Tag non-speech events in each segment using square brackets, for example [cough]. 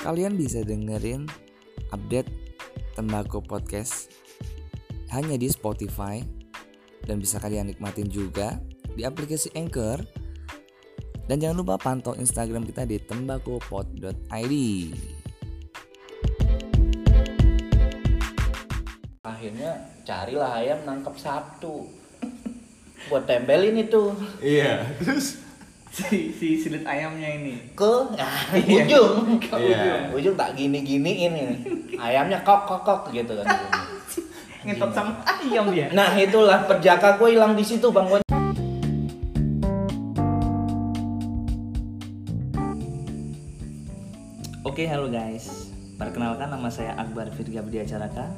Kalian bisa dengerin update Tembako Podcast hanya di Spotify dan bisa kalian nikmatin juga di aplikasi Anchor. Dan jangan lupa pantau Instagram kita di tembakopod.id. akhirnya carilah ayam nangkep Sabtu buat tempelin itu Iya, terus si si silit ayamnya ini ke ah, ujung Ke Iya. ujung tak gini giniin ini ayamnya kok kok kok gitu kan ngetot sama ayam dia nah itulah perjaka gue hilang di situ bang Gon. Oke, halo guys. Perkenalkan nama saya Akbar Virga Bediacaraka.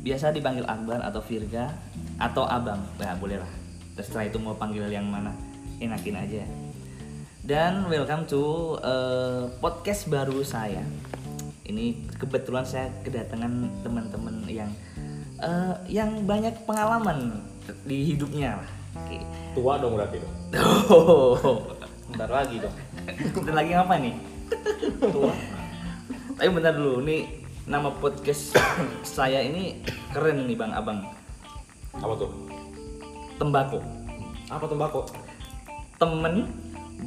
Biasa dipanggil Akbar atau Virga atau Abang. Nah, boleh lah. Terserah itu mau panggil yang mana. Enakin aja. Dan welcome to eh, podcast baru saya. Ini kebetulan saya kedatangan teman-teman yang eh, yang banyak pengalaman di hidupnya [laughs] lah. Oke. tua dong berarti dong. bentar lagi dong Bentar lagi apa nih? Tua. Tapi bentar dulu, nih nama podcast saya ini keren nih Bang Abang. Apa tuh? Tembako. Apa tembako? Temen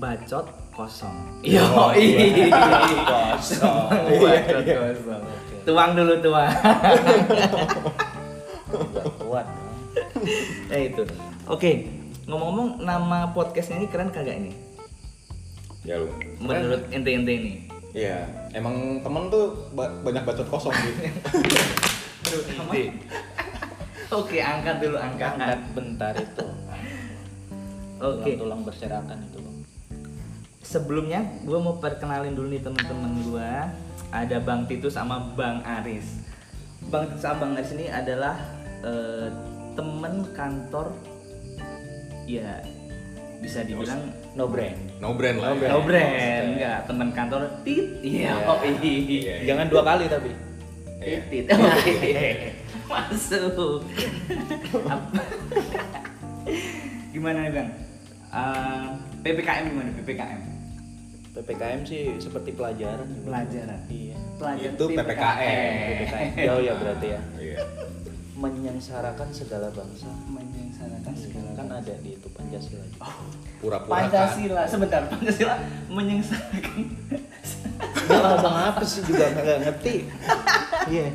bacot [laughs] kosong. Oh, Yoi. [laughs] kosong Temen bacot kosong. Iya, Tuang dulu tuang. Gak kuat ya itu. Oke, ngomong-ngomong nama podcastnya ini keren kagak ini? Ya lu. Menurut ente-ente ini. Iya, emang temen tuh ba- banyak bacot kosong gitu. Iya. [laughs] Oke, angkat dulu, angkat. angkat bentar itu Oke. tulang berserakan itu bang Sebelumnya gue mau perkenalin dulu nih temen-temen gue Ada Bang Titus sama Bang Aris Bang Titus sama Bang Aris ini adalah eh, temen kantor Ya bisa dibilang no brand [laughs] No brand lah. ya. no brand Enggak, temen kantor tit Iya, oh, ih. Iya. jangan dua kali tapi Iya. Titit Oke. [laughs] Masuk Apa- Gimana nih Bang? Eh, PPKM gimana PPKM? ppkm sih seperti pelajaran Pelajaran iya Pelajaran Itu PPKM. ppkm jauh ya berarti ya Iya. menyengsarakan segala bangsa menyengsarakan segala kan ada di itu pancasila Oh. Pura-pura kan. Pancasila sebentar Pancasila menyengsarakan dia ngomong apa sih juga nggak ngerti iya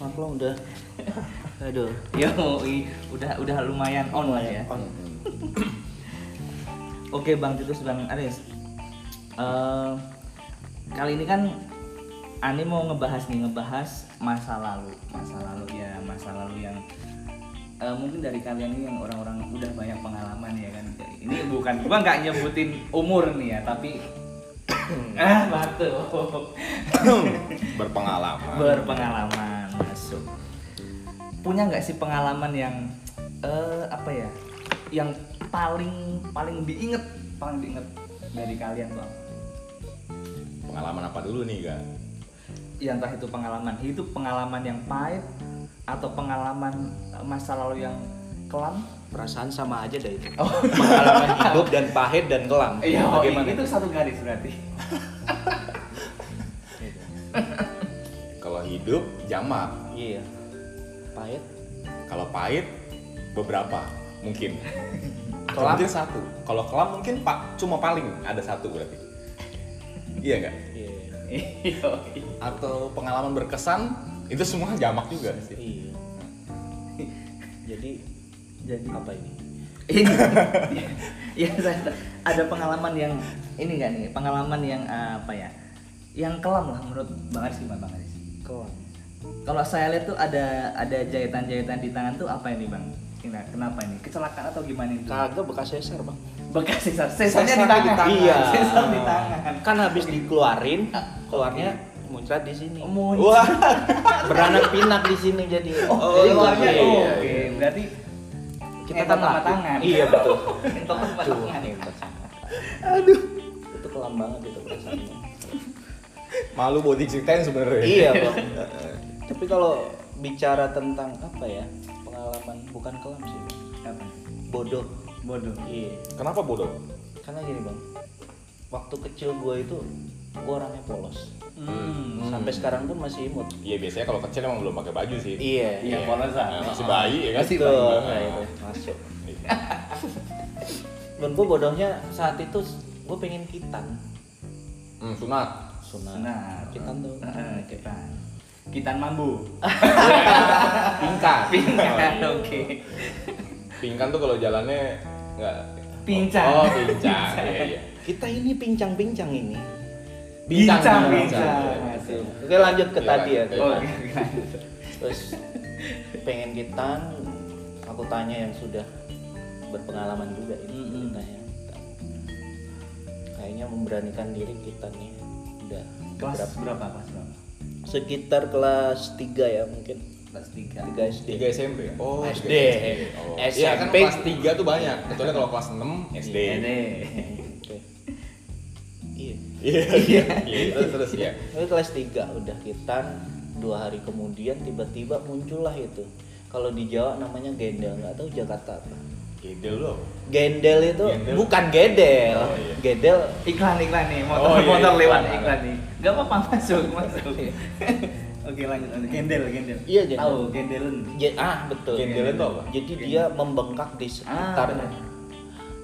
maklum udah aduh yo udah udah lumayan on lah ya on oke bang Titus bang Aris Eh, kali ini kan Ani mau ngebahas nih ngebahas masa lalu masa lalu ya masa lalu yang eh, mungkin dari kalian ini yang orang-orang udah banyak pengalaman ya kan ini bukan gua nggak nyebutin umur nih ya tapi [coughs] ah batuk kan. [laughs] Berpengalaman. berpengalaman masuk punya nggak sih pengalaman yang eh apa ya yang paling paling diinget paling diinget dari kalian bang Pengalaman apa dulu nih, Kak? ya entah itu pengalaman itu pengalaman yang pahit atau pengalaman eh, masa lalu yang kelam perasaan sama aja dari itu Oh. pengalaman hidup dan pahit dan kelam Iya. bagaimana itu satu garis berarti [laughs] Kalau hidup jamak, iya pahit kalau pahit beberapa [laughs] mungkin. Kelam? Kelam mungkin satu. Kalau kelam mungkin pak cuma paling ada satu berarti. Iya nggak? iya iya Atau pengalaman berkesan itu semua jamak juga sih. iya jadi jadi apa ini ini [laughs] ya saya ada pengalaman yang ini nggak nih pengalaman yang eh, apa ya yang kelam lah menurut bang Aris gimana bang Aris kelam kalau saya lihat tuh ada ada jahitan-jahitan di tangan tuh apa ini bang Kena- kenapa ini kecelakaan atau gimana itu kagak bekas sesar bang bekas sesar sesarnya di Sesarnya di tangan tangan. iya sesar di tangan Iya. kan habis dikeluarin keluarnya muncrat di sini Mun- Wah, beranak pinak di sini jadi oh, Jadi keluarnya iya, oke iya. berarti kita Entot kan sama laki. tangan. iya [laughs] betul Entot sama Aduh, tangan. ya. entot sama tangan. itu kelam banget itu perasaannya [laughs] malu body ceritain sebenarnya. iya bang tapi kalau bicara tentang apa ya pengalaman bukan kelam sih Bang. apa bodoh bodoh iya Kan Kenapa bodoh? karena gini bang waktu kecil gue itu gue orangnya polos Hmm, Sampai sekarang pun masih imut. Iya biasanya kalau kecil emang belum pakai baju sih. Iya, Iya. yang polos lah. Nah, masih bayi ya kan? Masih Nah, itu masuk. iya. Dan gue bodohnya saat itu gue pengen kitan. Hmm, sunat. Sunat. Nah, Kitan tuh. Heeh, kitan. Kitan mambu. Pingkan. Pingkan, oke. Pingkan tuh kalau jalannya nggak. Pincang. Oh, pincang. Iya iya. Kita ini pincang-pincang ini. Bincang, Bincang, bincang. bincang. Oke lanjut ke Iya, tadi ya. lanjut. Oh, oke, lanjut. Terus pengen kitan, aku tanya yang sudah berpengalaman juga ini Mm-mm. ceritanya. Kayaknya memberanikan diri kita nih udah [laughs] Kelas beberapa- berapa? Kelas berapa? sekitar kelas 3 ya mungkin Kelas 3. 3 SD. Tiga SMP. Oh, SD. tiga Oh. Iya kan SMP. kelas tiga tuh banyak. Kecuali kalau kelas enam Iya, SD. Iya, Oke. Iya. Iya. Iya. Terus terus ya. Tapi kelas 3 udah kitan dua hari kemudian tiba-tiba muncullah itu. Kalau di Jawa namanya gendel, nggak tahu Jakarta apa. Gede lo. Gendel itu Gendel. bukan gedel. Oh, iya. Gedel Iklan iklan nih, motor Oh, iya, motor iklan. lewat iklan nih. Gak apa-apa masuk masuk. [laughs] Oke lanjut lanjut. Gendel gendel. Iya, gendel. Tahu gendelen. je- ah betul. Gendelan tuh apa? Jadi dia membengkak di sekitar Ah, benar.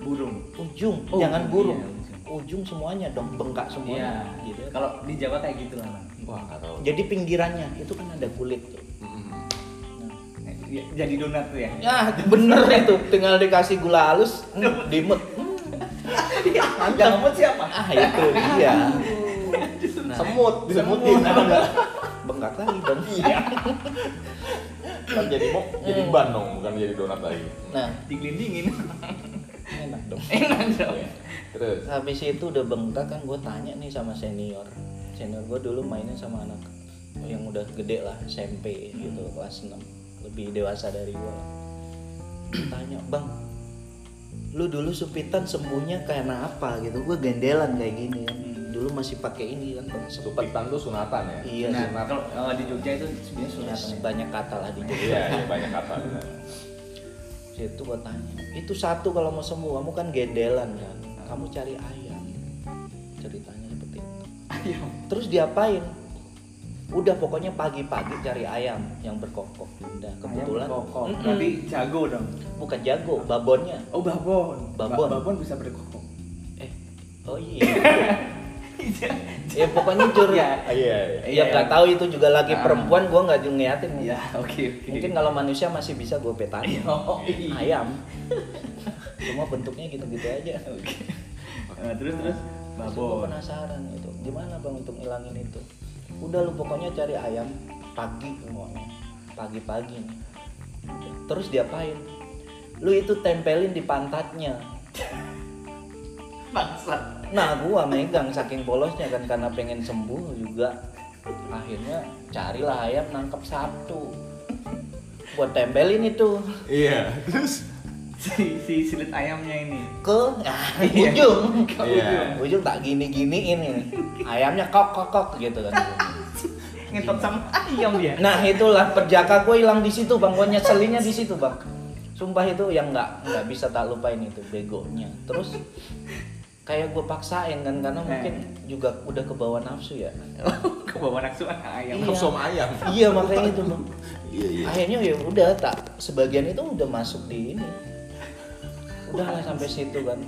Burung. ujung, Oh, jangan iya, burung. ujung. Ujung semuanya dong bengkak Iya. semuanya. Gitu. Kalau di Jawa kayak gitu lah. Bang. Wah nggak tahu. Jadi pinggirannya itu kan ada kulit tuh. Mm-mm. Ya, Jadi donat [laughs] tuh ya. Ya bener itu, tinggal dikasih gula halus, hmm, dimut. Hmm, Yang ngemut siapa? Ah itu dia. Nah, semut, disemutin. Nah, Bengkak lagi dong. Iya. Kan jadi mok jadi ban dong, bukan jadi donat lagi. Nah, Digelindingin. enak dong. [laughs] Enak dong. Iya. Terus. Habis itu udah bengkak kan gue tanya nih sama senior. Senior gue dulu mainnya sama anak yang udah gede lah, SMP gitu, kelas 6. Lebih dewasa dari gue. Tanya, "Bang, lu dulu supitan sembuhnya karena apa gitu gue gendelan kayak gini kan dulu masih pakai ini kan bang sepet Supitan tuh sunatan ya. Iya, Nah, sunatan. kalau kalau di Jogja itu sebenarnya Ya, sunat. banyak kata lah di Jogja. Iya, iya banyak kata. benar. Situ gua tanya, itu satu kalau mau sembuh, kamu kan gendelan kan, kamu cari ayam. Ceritanya seperti itu. Ayam. Terus diapain? Udah pokoknya pagi-pagi cari ayam yang berkokok. Nah, kebetulan kokok. Mm-mm. Berarti jago dong. bukan jago, babonnya. Oh, babon. Ba- Babon. Babon bisa berkokok. Eh, oh [laughs] iya. Iya, ya pokoknya jur ya. Ah, Iya, iya. Ya nggak tahu itu juga lagi perempuan, gua nggak ngeliatin. Ya, Ah. [laughs] oke oke. Mungkin kalau manusia masih bisa gue petain. Oh, iya. ayam cuma bentuknya gitu-gitu aja [laughs] Oke. Eh, terus terus Terus gue babon. penasaran itu gimana bang untuk ngilangin itu udah lu pokoknya cari ayam pagi semuanya pagi-pagi nih Udah. terus diapain lu itu tempelin di pantatnya Bangsat. nah gua megang saking bolosnya kan karena pengen sembuh juga akhirnya carilah ayam nangkep satu buat tempelin itu Iya. Terus Si, si silet ayamnya ini. ke [laughs] ah, ujung Ke Iya. ujung tak gini giniin ini ayamnya kok kok kok gitu kan Ngetot sama ayam dia. [laughs] nah itulah perjaka gue hilang di situ bang gue nyeselinnya di situ bang sumpah itu yang nggak nggak bisa tak lupain itu begonya terus kayak gue paksain kan karena mungkin juga udah kebawa nafsu ya Ke bawah nafsu anak ayam. Iya. nafsu sama ayam. iya makanya itu bang Iya, iya. akhirnya ya udah tak sebagian itu udah masuk di ini udahlah sampai situ kan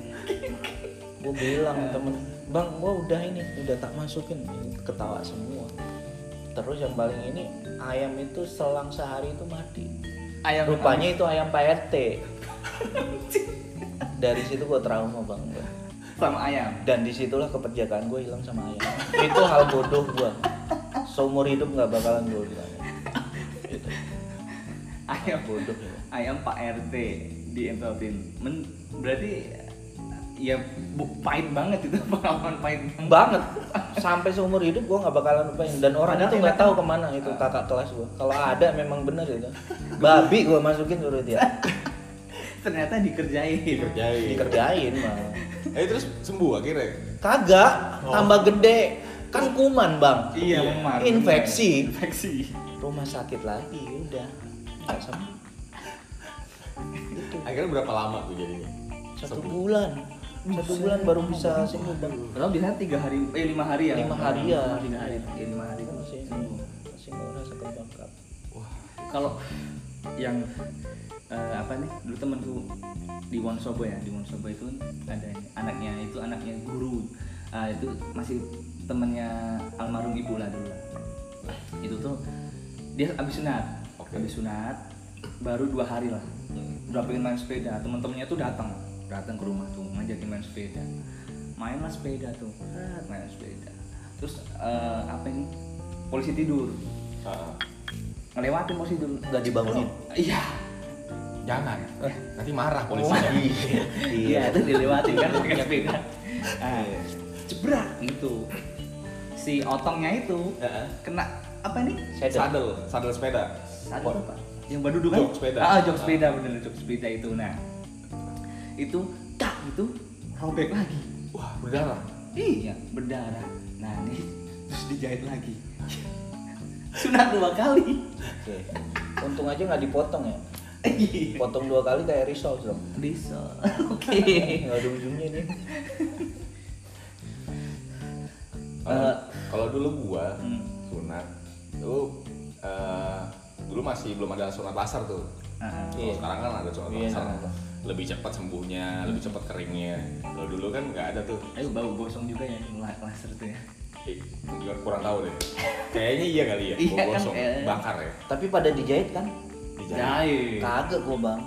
gue bilang temen bang gue udah ini udah tak masukin ketawa semua terus yang paling ini ayam itu selang sehari itu mati Ayam rupanya itu ayam pak rt dari situ gue trauma bang gua. sama ayam. dan disitulah keperjakaan gue hilang sama ayam itu hal bodoh gue seumur hidup nggak bakalan gue bilang Gitu. Ayam bodoh ya ayam Pak RT dientotin. Men, berarti ya bu, pahit banget itu [laughs] pengalaman pahit banget. banget sampai seumur hidup gue nggak bakalan lupain dan orang Padahal itu nggak tahu enak. kemana itu kakak kelas gue kalau ada memang bener itu babi gue masukin suruh dia Ternyata dikerjain. Dikerjain. dikerjain malah Eh terus sembuh akhirnya. kagak tambah gede kan kuman bang Oh. Iya, memar. Infeksi. Infeksi. rumah sakit lagi udah nggak sembuh Akhirnya berapa lama tuh jadinya? satu Sembuh. bulan satu bulan baru bisa sembuh bang Padahal biasanya tiga hari, eh lima hari ya. Lima hari ya. Tiga hari, ya, lima hari. Kan masih masih nggak rasa kebangkap Kalau yang eh, apa nih? Dulu temanku di Wonosobo ya, di Wonosobo itu ada anaknya itu anaknya guru. Ah, itu masih temannya almarhum ibu lah dulu. lah. Itu tuh dia abis sunat, Oke. abis sunat baru dua hari lah. Udah pengen main sepeda, teman-temannya tuh datang, datang ke rumah tuh ngajakin main sepeda. Mainlah sepeda tuh, Ah, main sepeda. Terus eh, apa ini? Polisi tidur Ah, ngelewatin mau tidur nggak dibangunin iya jangan nanti marah polisinya iya itu dilewatin kan pakai sepeda Ah, iya. jebrak gitu si otongnya itu Heeh. kena apa nih Saddle. sadel sadel sepeda Satu apa? Yang baru duduk kan? Jok sepeda. Ah, jok sepeda bener jok sepeda itu. Nah, itu tak itu robek lagi. wah berdarah Iya, berdarah. Nah, ini terus dijahit lagi. [laughs] Sunat dua kali. [laughs] Oke. untung aja nggak dipotong ya Iya. potong dua kali kayak risol dong Bisa. [laughs] Oke. nggak ada ujungnya nih Kalau- Eh. kalau dulu gua Hmm. sunat itu eh, dulu masih belum ada sunat laser tuh Ah. kalau Iya. sekarang kan ada sunat Iya, laser nah. lebih cepat sembuhnya lebih cepat keringnya kalau dulu kan nggak ada tuh Ayo bau gosong juga ya la- laser tuh ya. Eh, gua kurang tahu deh kayaknya iya kali ya Iya gua kan, gosong kayaknya. bakar ya tapi pada dijahit kan dijahit Jahit. kagak gua bang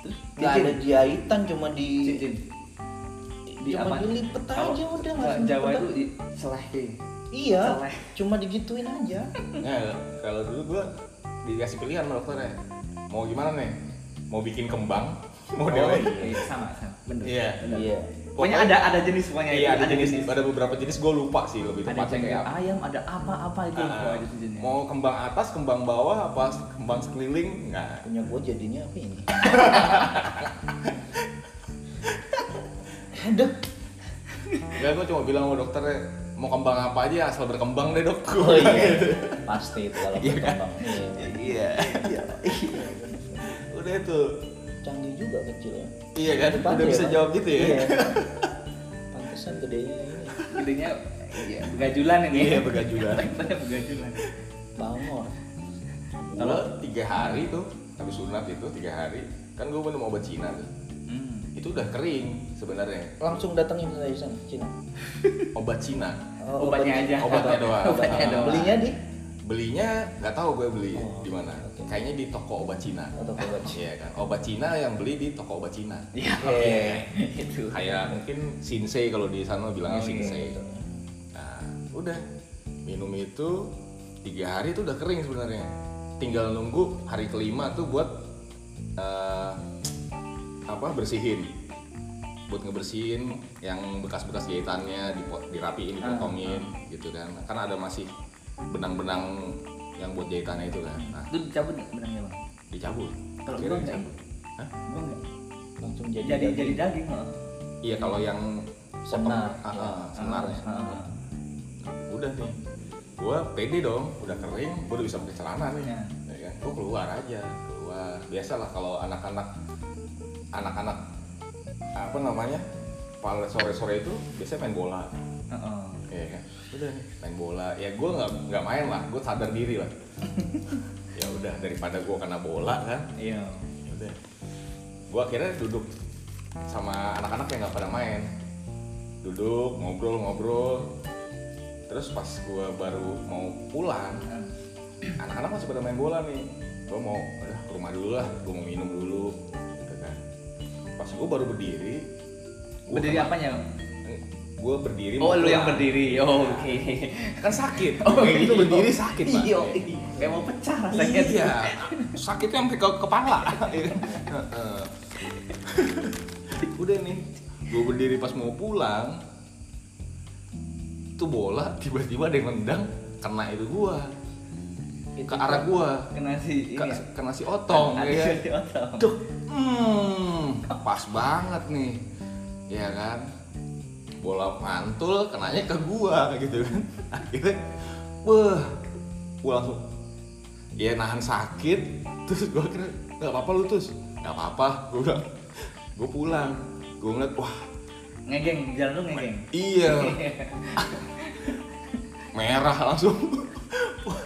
Terus nggak ada jahitan cuma di cincin. cuma apa? dilipet Kalau- aja udah kalau langsung Oh, Jawa dipedang. itu di selehing. iya Soleh. cuma digituin aja Nah, kalau dulu gua dikasih pilihan sama dokternya. Mau gimana nih? Mau bikin kembang? [laughs] Mau dewek? Iya, sama sama bener Iya. bener. iya pokoknya ada ada jenis semuanya Iya, ada jenis, ada ada beberapa jenis gua lupa sih lebih tepatnya jenis kayak apa. ayam ada apa apa itu Ah, ada jenisnya mau kembang atas, kembang bawah, apa kembang sekeliling? Nah, punya gua jadinya apa ini aduh enggak gua cuma bilang sama dokternya mau kembang apa aja asal berkembang deh dok. Gitu. oh [laughs] iya pasti itu kalau berkembang Iya. iya. Udah itu. canggih juga kecil ya Iya kan? Pandai Udah bisa Bang. jawab gitu Iya. ya. pantesan gedenya ini gedenya iya, begajulan ini [laughs] Iya, begajulan. Teksturnya begajulan pamor Kalau tiga hari tuh habis sunat itu tiga hari kan gue minum obat Cina tuh hmm. itu udah kering sebenarnya langsung datangin saya sana Cina obat Cina Oh, obatnya obat- aja obatnya Ya. doang. obatnya doang belinya di belinya nggak tahu gue beli Oh, di mana oke. kayaknya di toko obat Cina atau obat Iya kan obat Cina yang beli di toko obat Cina iya Iya. itu kayak mungkin Shinsei kalau di sana bilangnya Oh, iya, Shinsei gitu. nah udah minum itu tiga hari itu udah kering sebenarnya tinggal nunggu hari kelima tuh buat eh, apa bersihin buat ngebersihin yang bekas-bekas jahitannya dipo- dirapiin Ah, dipotongin gitu kan karena ada masih benang-benang yang buat jahitannya itu kan nah itu dicabut nggak benangnya bang dicabut Hmm. Kalau ya? Akhirnya gua nggak. dicabut. Hah? Gua nggak. langsung jadi jadi jadi daging oh. iya kalau yang senar ah, ah, senarnya Ah, ah. udah nih gue pede dong udah kering gue udah bisa pakai celana nih Iya. ya kan gue keluar aja keluar biasalah kalau anak-anak anak-anak apa namanya pada sore-sore itu biasanya main bola Ah, ah. ya kan udah nih main bola ya gue nggak nggak main lah gue sadar diri [laughs] lah ya udah daripada gue kena bola kan iya ya udah gue akhirnya duduk sama anak-anak yang nggak pada main duduk ngobrol-ngobrol terus pas gue baru mau pulang Ah. anak-anak masih pada main bola nih gue mau udah ke rumah dulu lah gue mau minum dulu gitu kan pas gue baru berdiri berdiri apanya gue berdiri oh mau lu yang pulang. berdiri oh, oke kan sakit Oh, Kayak gitu iya. berdiri sakit Pak. Iya, iya. kayak mau pecah rasanya. Iya, sakitnya sampai ke kepala. Heeh. Udah nih, gue berdiri pas mau pulang, tuh bola tiba-tiba ada yang nendang, kena itu gua, ke arah gua, Kena si ini. ke, ya? kena si otong, Ada ya. si otong. Duh, hmm, pas banget nih, ya kan? Bola mantul, kenanya ke gua gitu kan? [laughs] Akhirnya, wah, gua langsung, ya nahan sakit, terus gua kira nggak apa-apa lu terus, nggak apa-apa, gua bilang, gua pulang, gua ngeliat wah, ngegeng di jalan lu ngegeng Iya. [laughs] Merah langsung. [laughs] Wah,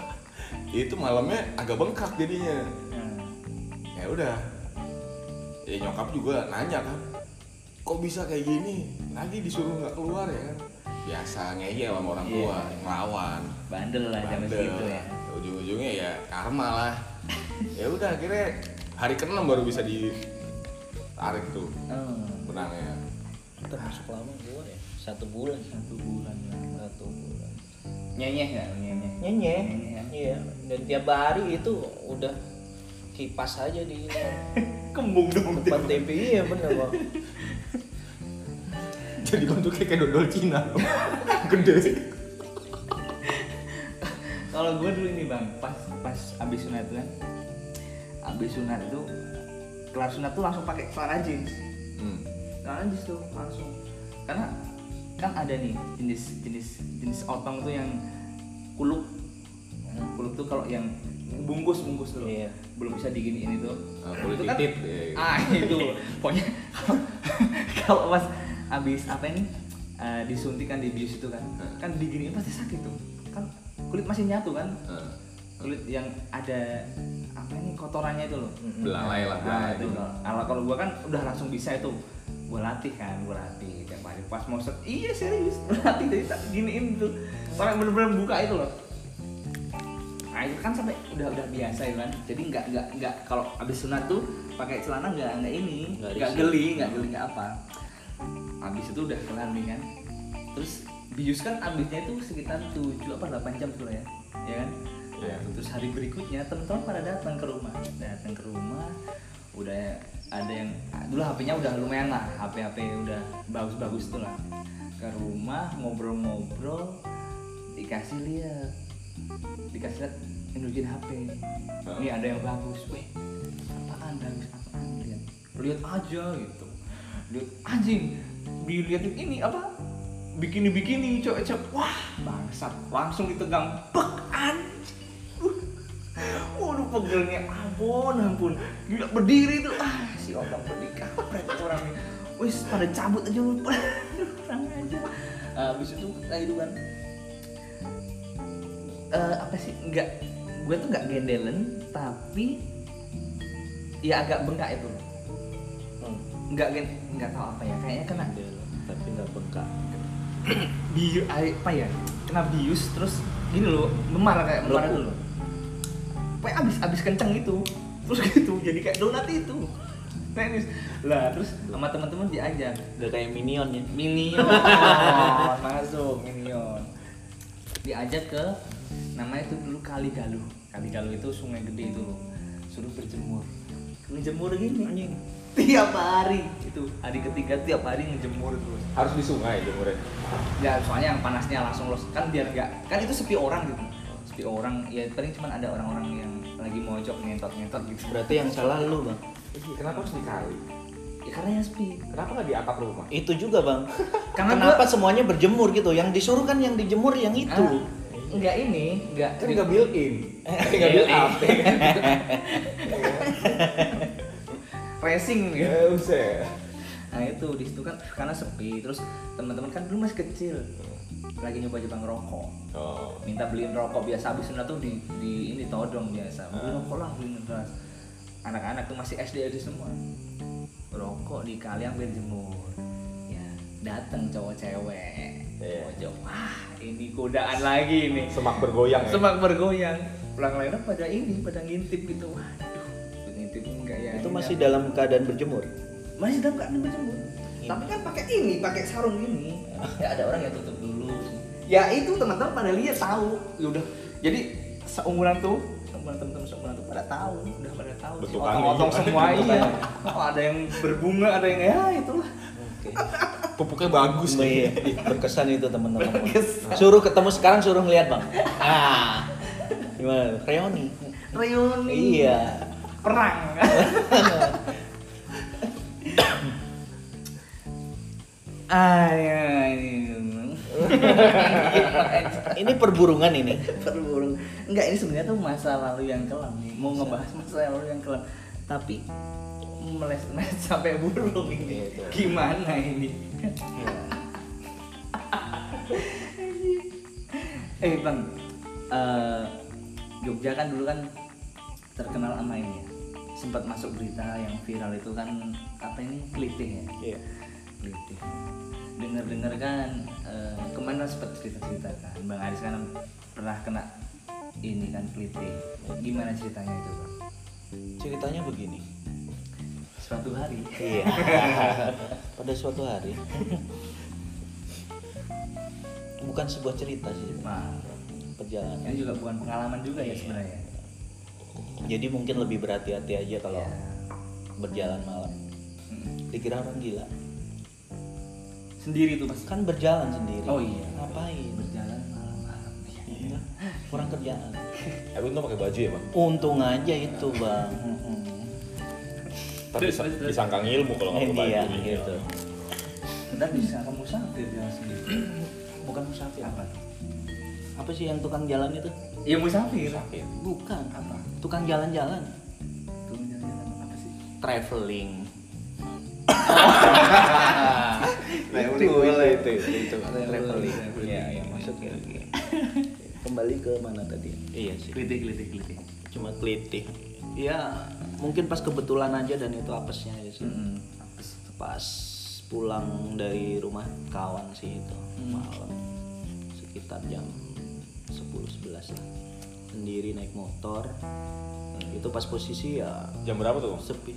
itu malamnya agak bengkak jadinya. Nah, Ya udah. Ya nyokap juga nanya kan. Kok bisa kayak gini? Lagi disuruh nggak keluar ya kan? Biasa ngeyel sama orang tua, ngelawan. bandel lah zaman Bandel. segitu ya Ujung-ujungnya ya karma lah. ya udah akhirnya hari ke-6 baru bisa ditarik tuh ya. oh, benangnya. Kita masuk lama gua ya. Satu bulan. satu bulan ya Satu bulan. nyenyeh nggak lu nyenyeh Nyenye. Nyenye. Iya. Dan tiap hari itu udah kipas aja di [laughs] kembung dong tempat TV ya bener bang. Jadi bentuknya kayak dodol [laughs] Cina. Gede. kalau gue dulu ini bang pas pas abis sunat kan abis sunat itu kelar sunat tuh langsung pakai celana jeans Hmm. celana jeans Nah, tuh langsung karena kan ada nih jenis jenis jenis otong tuh yang kuluk Nah, kuluk tuh kalau yang bungkus bungkus dulu Iya. belum bisa diginiin itu Ah, kulit Itu kan- titip, iya, iya. ah [laughs] itu pokoknya [laughs] kalau pas abis apa ini eh, disuntikan di bius itu kan Hah. kan diginiin pasti sakit tuh kan kulit masih nyatu kan Eh, kulit yang ada apa ini kotorannya itu loh Belalai lah, nah, belalai. itu loh. Kalau- kalau gua kan udah langsung bisa itu gua latih kan gua latih tiap hari pas mau set iya serius gua latih dari tak giniin tuh orang bener-bener buka itu loh nah itu kan sampai udah udah biasa ya kan jadi nggak nggak nggak kalau abis sunat tuh pakai celana nggak nggak ini Nggak nggak risih. geli nggak geli nggak apa abis itu udah kelar nih kan terus bius kan abisnya itu sekitar 7 apa 8 jam tuh lah ya ya kan Nah, Iya. terus hari berikutnya teman-teman pada datang ke rumah datang ke rumah udah ada yang dulu HP-nya udah lumayan lah HP HP udah bagus-bagus tuh lah ke rumah ngobrol-ngobrol dikasih lihat dikasih lihat nunjukin HP ini ada yang bagus weh apaan bagus apaan lihat lihat aja gitu lihat anjing dilihatin ini apa bikini bikini cowok cowok wah bangsat langsung ditegang bek anjing waduh pegelnya ampun ampun gila berdiri tuh ah si orang berdiri kampret orang ini wis pada cabut aja lu orang aja Eh, habis itu kayak itu kan eh, apa sih nggak gue tuh nggak gendelen tapi ya agak bengkak itu Hmm. nggak gen nggak tahu apa ya kayaknya kena Bandel, Tapi nggak [clears throat] bengkak. bius apa ya kena bius terus gini loh memar kayak memar Melepuh. dulu kayak abis abis kenceng gitu [laughs] terus gitu jadi kayak donat itu tenis lah terus sama teman-teman diajak Udah kayak minion ya. Minion masuk Minion. Diajak ke namanya itu dulu Kali Galuh. Kali Galuh itu sungai gede itu loh. Suruh berjemur. Ngejemur gini anjing. Tiap hari itu hari ketiga tiap hari ngejemur terus. harus di sungai jemurnya. Ya soalnya yang panasnya langsung los kan biar nggak kan itu sepi orang gitu. Sepi orang ya paling cuman ada orang-orang yang lagi mojok ngentot-ngentot gitu. Berarti yang salah lu bang. Kenapa harus dikali? Ya karena yang sepi. Kenapa nggak di atap rumah? Itu juga bang. [laughs] Karena Kenapa semuanya berjemur gitu? Yang disuruh kan yang dijemur yang Ah, itu. enggak ini, enggak Kan nggak built in, Iya. nggak built up. [laughs] racing gitu. Ya usah. Nah itu di situ kan karena sepi terus teman-teman kan dulu masih kecil lagi nyoba nyoba ngerokok Oh, minta beliin rokok biasa habis sunat tuh di, di ini todong biasa beli Ah. rokok lah beliin keras anak-anak tuh masih SD SD semua rokok di kalian biar jemur ya datang cowok cewek Iya. mojok wah ini godaan lagi nih semak bergoyang. ya? semak bergoyang pulang lainnya pada ini pada ngintip gitu waduh ngintip enggak ya Itu ini masih dalam keadaan [laughs] berjemur. masih dalam keadaan berjemur tapi kan pakai ini pakai sarung ini ya ada orang yang tutup dulu ya itu teman-teman pada lihat tahu ya udah jadi seumuran tuh seumuran teman-teman seumuran tuh pada tahu udah pada tahu sih, Bentukannya otong-otong gimana? semua iya oh, ada yang berbunga ada yang ya itulah Oke. Pupuknya bagus Iya, nih. berkesan itu teman-teman. Berkesan. Suruh ketemu sekarang suruh ngeliat [laughs] bang. Ah, gimana? Reoni. reuni [laughs] Iya. perang ah ya ini Ini perburungan ini. Perburung. Enggak, ini sebenarnya tuh masa lalu yang kelam nih. Mau ngebahas masa lalu yang kelam. Tapi meles meles [laughs] sampai burung ini. Iya, itu. Gimana ini? eh bang, eh, Jogja kan dulu kan terkenal sama ini ya. Sempat masuk berita yang viral itu kan apa ini kelitih ya? Iya. Kelitih. Dengar-dengar kan eh, kemarin sempat cerita-cerita kan Bang Aris kan pernah kena ini kan kelitih. Gimana ceritanya itu bang? Ceritanya begini. Suatu hari. Iya. [laughs] Pada suatu hari. Bukan sebuah cerita sih Nah, sebenarnya. perjalanan. ini juga bukan pengalaman juga ya sebenarnya. Jadi mungkin lebih berhati-hati aja kalau Iya. berjalan malam. Mm-mm. Dikira orang gila. Sendiri tuh pasti. Kan berjalan sendiri. Oh iya. Ngapain? Berjalan malam-malam. Iya. Kurang kerjaan. Tapi untung pakai baju ya bang. Untung aja itu bang. Tapi Terus, terus, terus. disangka ilmu kalau nggak Ini pakai ya baju. gitu. Ntar bisa kamu musafir ya, jalan sendiri. Bukan musafir. Apa tuh? Apa sih yang tukang jalan itu? Ya musafir. Sakit. Bukan. Apa? Tukang jalan-jalan. Tuh jalan-jalan apa sih? Traveling. Itu, itu, itu, itu. Traveling. Iya, ya masuk ya. Kembali ke mana tadi? Iya sih. Klitik, klitik, klitik. Cuma kelitih. Iya, mungkin pas kebetulan aja dan itu apesnya ya sih. Mm-mm. Pas pulang dari rumah kawan sih itu Mm. malam sekitar jam 10-11 lah sendiri naik motor itu pas posisi ya Jam berapa tuh? Bang? sepi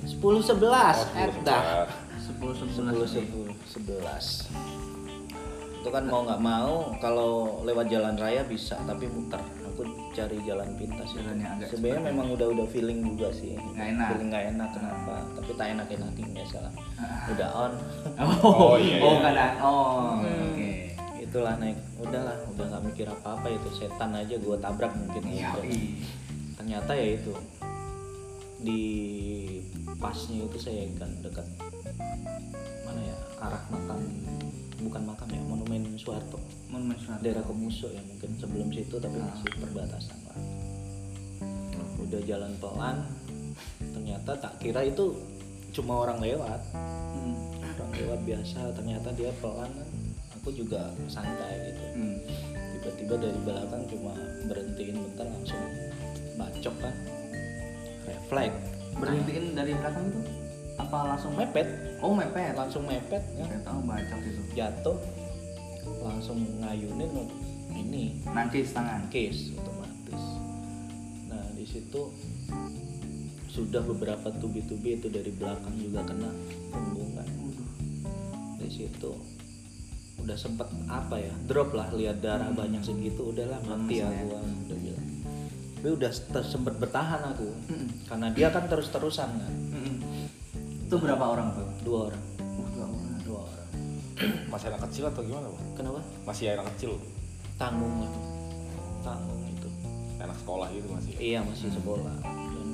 Eh, 10 11 10, etah 10 sepuluh sepuluh sebelas itu kan mau nggak mau kalau lewat jalan raya bisa tapi muter aku cari jalan pintas itu. Jalan yang agak ya. sebenarnya memang udah udah feeling juga sih Nggak enak. Ah. feeling nggak enak kenapa tapi tak enak enakin biasa lah udah on [laughs] Oh, Oh, iya, oh iya. kadang. Oh, oke. itulah naik udahlah udah nggak mikir apa apa itu setan aja gua tabrak mungkin Iya, gitu. iya. ternyata ya itu di pasnya itu saya kan dekat mana ya arah makam bukan makam ya monumen Soeharto Monumen Soeharto. daerah Komuso ya mungkin sebelum situ tapi masih perbatasan lah udah jalan pelan ternyata tak kira itu cuma orang lewat Hmm. orang lewat biasa ternyata dia pelan aku juga santai gitu Hmm. tiba-tiba dari belakang cuma berhentiin bentar langsung bacok kan refleks Berhentiin dari belakang tuh apa langsung mepet Oh, mepet. langsung mepet ya Saya tahu bacok itu. jatuh langsung ngayunin ini Nangkis tangan. case otomatis nah di situ sudah beberapa tubi-tubi itu dari belakang juga kena punggungan di situ udah sempet apa ya drop lah lihat Hmm. darah banyak segitu udahlah mati Langsung aku kan, udah bilang tapi udah ter- sempet bertahan aku Hmm. karena dia kan terus terusan kan Mm-mm. Hmm. Itu berapa orang tuh? dua orang Uh, dua orang. dua orang Masih anak kecil atau gimana bang? kenapa Masih anak kecil, tanggung lah tanggung itu anak sekolah gitu masih. Iya masih Hmm. sekolah. Dan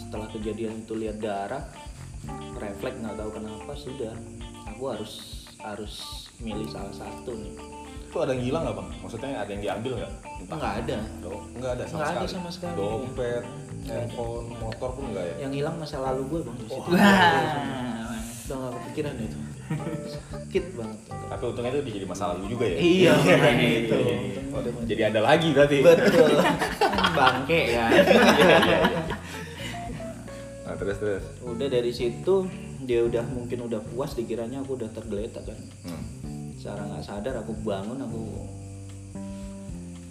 setelah kejadian itu lihat darah, refleks nggak tahu kenapa sudah. Aku harus harus milih salah satu nih. Itu ada yang hilang nggak bang? Maksudnya ada yang diambil nggak? Entah. Nggak ada. Do- Nggak ada sama Nggak ada sekali. sama sekali. Dompet, handphone, motor pun nggak ya? Yang hilang masa lalu gue bang. di situ. Wah. Udah nggak kepikiran itu. Sakit banget. Tapi untungnya itu jadi masalah lu juga ya. Iya, makanya [laughs] Iya, itu. iya, iya. Oh, Jadi ada lagi berarti. Betul. [laughs] Bangke kan. Iya, iya, iya. Nah, terus terus. Udah dari situ dia udah mungkin udah puas dikiranya aku udah tergeletak kan. Hmm. secara nggak sadar aku bangun aku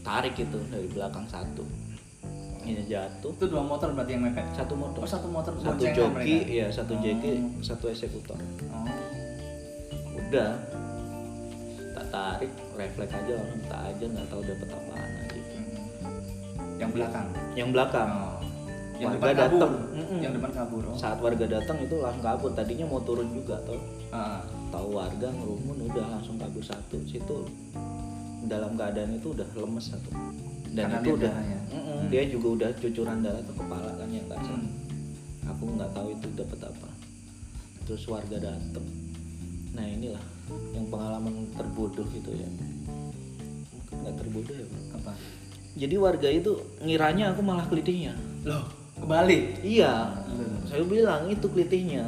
tarik itu dari belakang satu ini jatuh Itu dua motor berarti yang mepet. satu motor Oh, satu motor satu boncengan joki mereka? ya satu Oh. joki satu eksekutor Oh. udah tak tarik refleks aja langsung tak aja nggak tahu dapat apaan aja hmm. Yang belakang. yang belakang Oh. Yang Ah. Warga depan kabur. datang. Mm-mm. Yang depan kabur. Oh. saat warga datang itu langsung kabur tadinya mau turun juga tuh Ah. tahu warga ngerumun udah langsung kabur satu situ dalam keadaan itu udah lemes satu dan Karena itu dia udah darah ya? Mm-mm, dia juga udah cucuran darah ke kepala kan ya nggak salah. Hmm. aku nggak tahu itu dapat apa terus warga dateng nah inilah yang pengalaman terbodoh itu ya mungkin nggak terbodoh ya Bang. Apa? jadi warga itu ngiranya aku malah kelitihnya Loh. kebalik Iya, saya bilang itu kelitihnya.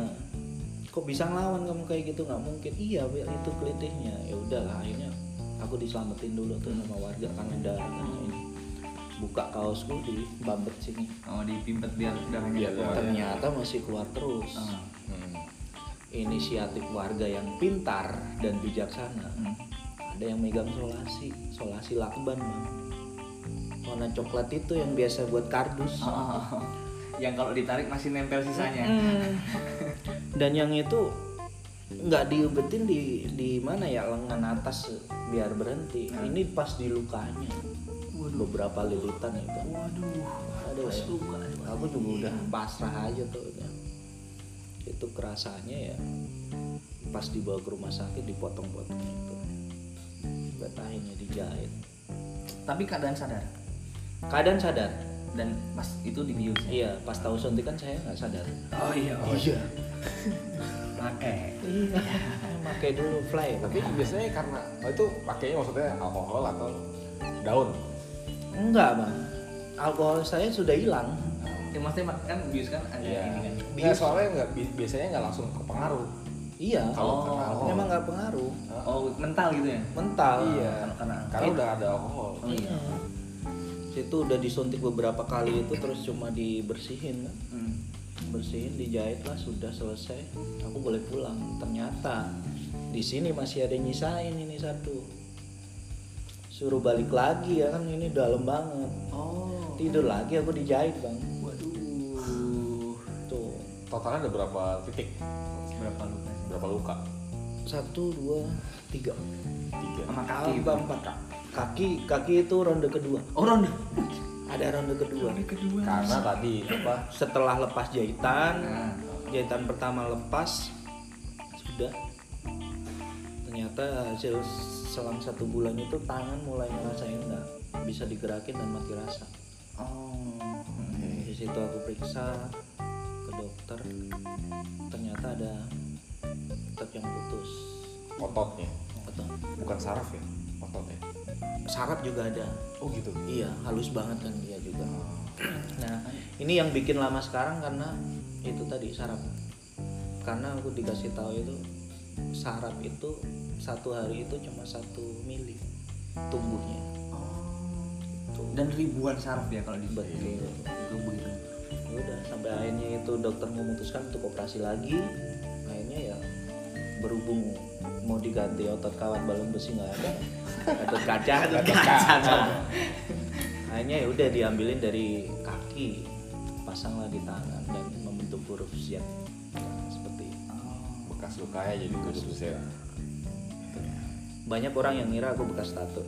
Kok bisa ngelawan kamu kayak gitu? Nggak mungkin. Iya, Bel, itu kelitihnya. Ya udahlah, akhirnya aku diselamatin dulu tuh sama warga karena darah karena ini. Buka kaosku di bambet sini. oh dipimpet biar darahnya Biar keluar. Ternyata masih keluar terus. Oh, iya. Ah. Hmm. Inisiatif warga yang pintar dan bijaksana. Hmm. Ada yang megang solasi, solasi lakban, Bang. Warna coklat itu yang biasa buat kardus. Oh, [laughs] yang kalau ditarik masih nempel Iya. sisanya Hmm. dan yang itu nggak diubetin di di mana ya lengan atas biar berhenti ini pas di lukanya beberapa lilitan itu waduh Aduh, ya. Iya. aku juga udah pasrah aja tuh ya. itu kerasanya ya pas dibawa ke rumah sakit dipotong-potong itu batahinnya dijahit tapi keadaan sadar keadaan sadar dan pas itu dibius ya? iya pas tahu suntikan saya nggak sadar oh iya oh iya pakai iya pakai dulu fly Tapi biasanya karena oh itu pakainya maksudnya alkohol atau daun. Enggak bang, alkohol saya sudah hilang. ya maksudnya kan bius kan ada ini kan Iya, soalnya nggak bi- biasanya nggak langsung kepengaruh. Iya, Kalau karena alkohol. memang nggak pengaruh, oh mental gitu ya mental. Iya. Karena- karena Karena udah ada alkohol. oh iya Itu udah disuntik beberapa kali itu terus cuma dibersihin kan, Hmm. bersihin, dijahit lah sudah selesai. Aku boleh pulang. Ternyata di sini masih ada yang nyisain ini satu. Suruh balik lagi ya kan ini dalam banget. oh Tidur lagi aku dijahit bang. waduh Tuh Totalnya ada berapa titik? berapa luka sih? Berapa luka? satu dua tiga. Tiga. sama kaki Kaki, empat kaki kaki itu ronde kedua. oh ronde Ada ronde kedua. kedua Karena tadi apa? setelah lepas jahitan Nah. jahitan pertama lepas sudah ternyata hasil selang satu bulan itu tangan mulai ngerasain nggak bisa digerakin dan mati rasa oh di situ aku periksa ke dokter ternyata ada otot yang putus Ototnya. otot Bukan saraf ya? Ototnya. saraf juga ada Oh gitu. iya halus banget kan dia juga nah ini yang bikin lama sekarang karena itu tadi sarap karena aku dikasih tahu itu sarap itu satu hari itu cuma satu mili tumbuhnya Tuh. dan ribuan saraf ya kalau di Betul. tubuh itu Ya udah sampai akhirnya itu dokter memutuskan untuk operasi lagi akhirnya ya berhubung mau diganti otot kawat balon besi nggak ada otot kaca otot kaca akhirnya ya udah diambilin dari kaki pasanglah di tangan dan membentuk huruf Z Nah, seperti Bekas lukanya jadi tujuh persen. itu. banyak orang yang ngira aku bekas tato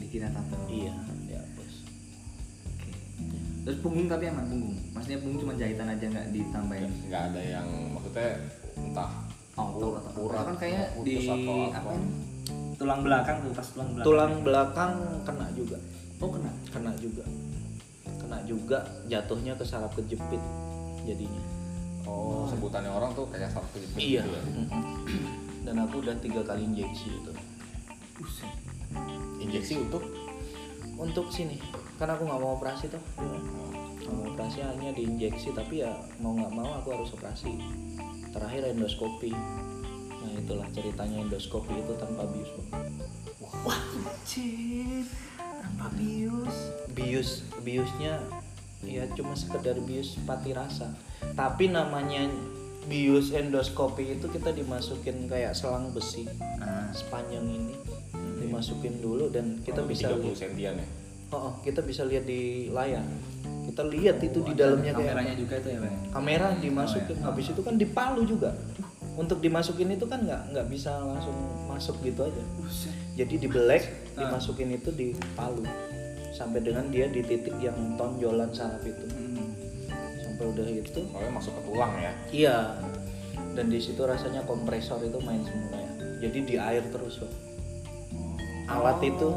dikira tato iya dihapus Oke. terus punggung tapi aman punggung maksudnya punggung cuma jahitan aja nggak ditambahin Nggak ada yang maksudnya entah auto atau Iya. urat, kan kayaknya di putus atau apa. apa ya? tulang belakang tuh pas tulang belakang tulang belakang kena juga oh kena kena juga kena juga jatuhnya ke saraf kejepit jadinya Oh, sebutannya orang tuh kayak saraf kejepit gitu ya. dan aku udah tiga kali injeksi itu Buset. Injeksi untuk untuk sini karena aku nggak mau operasi tuh nggak mau operasi akhirnya diinjeksi tapi ya mau nggak mau aku harus operasi terakhir endoskopi nah itulah ceritanya endoskopi itu tanpa bius Bang. cin tanpa bius bius biusnya ya cuma sekedar bius pati rasa tapi namanya bius endoskopi itu kita dimasukin kayak selang besi Ah. sepanjang ini dimasukin dulu dan kita bisa 30 lihat sentian ya. oh, oh, kita bisa lihat di layar kita lihat itu di dalamnya kayak kameranya apa. juga itu ya bang kamera dimasukin Oh, ya. habis itu kan dipalu juga untuk dimasukin itu kan nggak nggak bisa langsung masuk gitu aja jadi dibelek Ah. dimasukin itu di palu sampai dengan dia di titik yang tonjolan saraf itu Hmm. sampai udah gitu Soalnya masuk ke tulang ya. iya dan di situ rasanya kompresor itu main semua ya jadi di air terus Bang. alat itu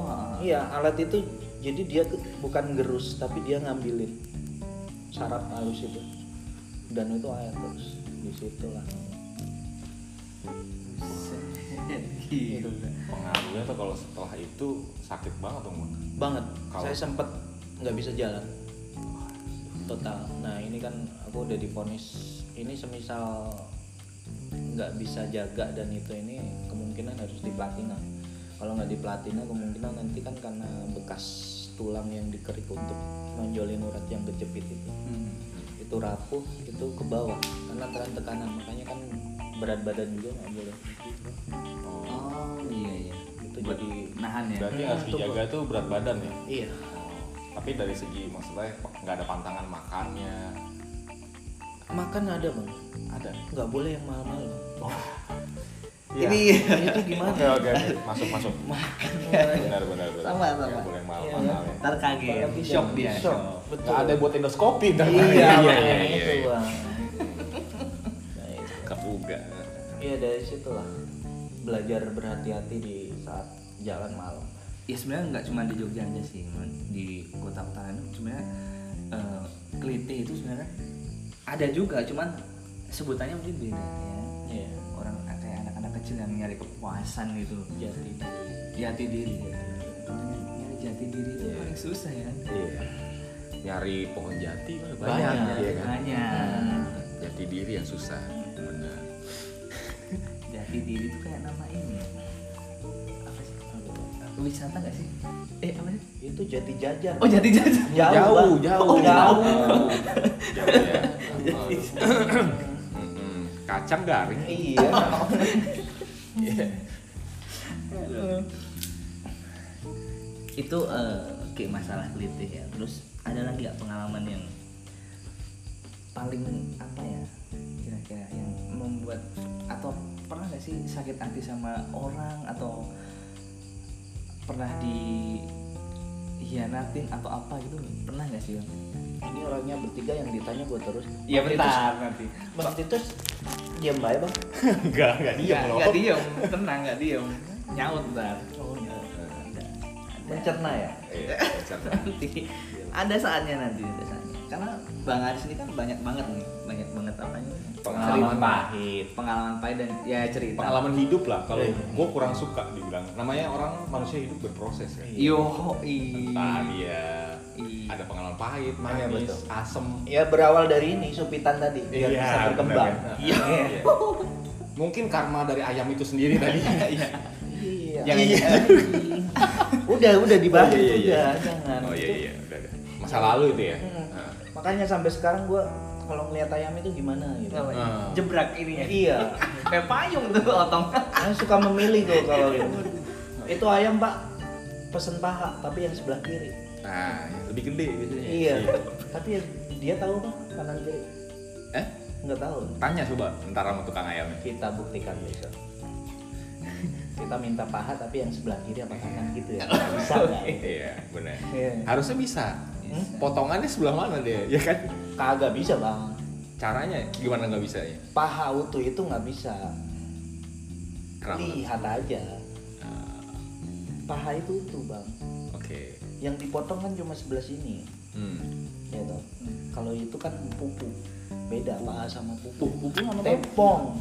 iya alat itu jadi dia ke- bukan gerus tapi dia ngambilin saraf halus itu dan itu air terus di situ lah Buset. Gitu, Gila. Pengaruhnya tuh kalau setelah itu sakit banget tuh. Mbak. banget Kalau- saya sempet nggak bisa jalan total nah ini kan aku udah diponis ini semisal nggak bisa jaga dan itu ini kemungkinan harus di platina kalau nggak di platina kemungkinan nanti kan karena bekas tulang yang dikerik untuk nonjolin urat yang kejepit itu Hmm. itu rapuh itu ke bawah karena tekanan tekanan makanya kan berat badan juga nggak boleh oh iya iya itu buat jadi nahan ya Berarti yang harus dijaga itu berat badan ya. iya Tapi dari segi maksudnya nggak ada pantangan makannya, makan ada bang ada. nggak boleh yang mahal-mahal Bang. Iya. Ini itu gimana Oke oke oke. masuk masuk. benar benar benar. Sama, sama. Iya. Nggak boleh mahal mahal. ya. ntar kaget Apalagi shock yang dia shock. shock. Nggak ada buat endoskopi ntar. iya iya, makanya iya, itu iya. bang nah, itu. Kebuga. iya dari situlah belajar berhati-hati di saat jalan malam ya sebenarnya nggak cuma di Jogja aja sih men. di kota Tangerang sebenarnya eh, kelite itu sebenarnya ada juga cuman sebutannya mungkin beda ya iya orang kayak anak-anak kecil yang nyari kepuasan gitu jati diri jati diri nyari jati diri itu paling susah ya Iya. Nyari pohon jati banyak, Banyak, ya Hmm. iya kan. banyak Jati diri yang susah. Benar. jati diri itu kayak nama ini apa sih wisata nggak sih eh apa sih itu jati jajar oh jati jati jauh Bang. jauh, Oh, jauh. Jauh ya. Mm-mm. Kacang garing. [laughs] iya itu eh, kayak masalah kelitih ya terus ada lagi nggak pengalaman yang paling apa ya kira-kira yang membuat atau pernah nggak sih sakit hati sama orang atau pernah dihianatin atau apa gitu pernah nggak sih Bang? ini orangnya bertiga yang ditanya gue terus Iya Bang bentar Titus- nanti. bang Titus diam baik bang Enggak, enggak Iya, diam loh. nggak diem, tenang nggak diem, nyaut ntar. Oh, mencerna ya Iya, kacang. [laughs] nanti ada saatnya nanti ada saatnya karena bang Aris ini kan banyak banget nih banyak banget apanya Pengalaman Cerita. pengalaman pahit dan ya cerita pengalaman hidup lah kalau Iya. gue kurang suka dibilang namanya orang manusia hidup berproses kan Iya. yo entah dia Iya. ada pengalaman pahit Iya, manis betul. asem Iya, ya berawal dari ini supitan tadi biar bisa benar berkembang kan? Iya. mungkin karma dari ayam itu sendiri tadi [laughs] iya yang [laughs] udah udah dibahas Oh, iya, iya, udah iya. jangan oh iya Itu- iya udah udah. masa lalu itu ya Hmm. Nah. makanya sampai sekarang gue kalau ngeliat ayam itu gimana gitu Ah. jebrak ini ya iya kayak payung tuh otong Saya suka memilih gue kalau gitu. [laughs] itu ayam pak pesen paha tapi yang sebelah kiri nah yang lebih gede biasanya iya tapi yang- dia tahu pak kanan kiri eh nggak tahu tanya coba ntar sama tukang ayamnya kita buktikan besok kita minta paha tapi yang sebelah kiri apa kanan gitu ya bisa nggak iya benar Iya. Hmm? harusnya bisa potongannya sebelah mana dia ya kan kagak bisa bang caranya gimana nggak bisa ya paha utuh itu nggak bisa Kenapa? lihat aja Ah, paha itu utuh bang oke yang dipotong kan cuma sebelah sini hmm. ya toh. kalau itu kan pupu beda paha sama pupu pupu sama tepong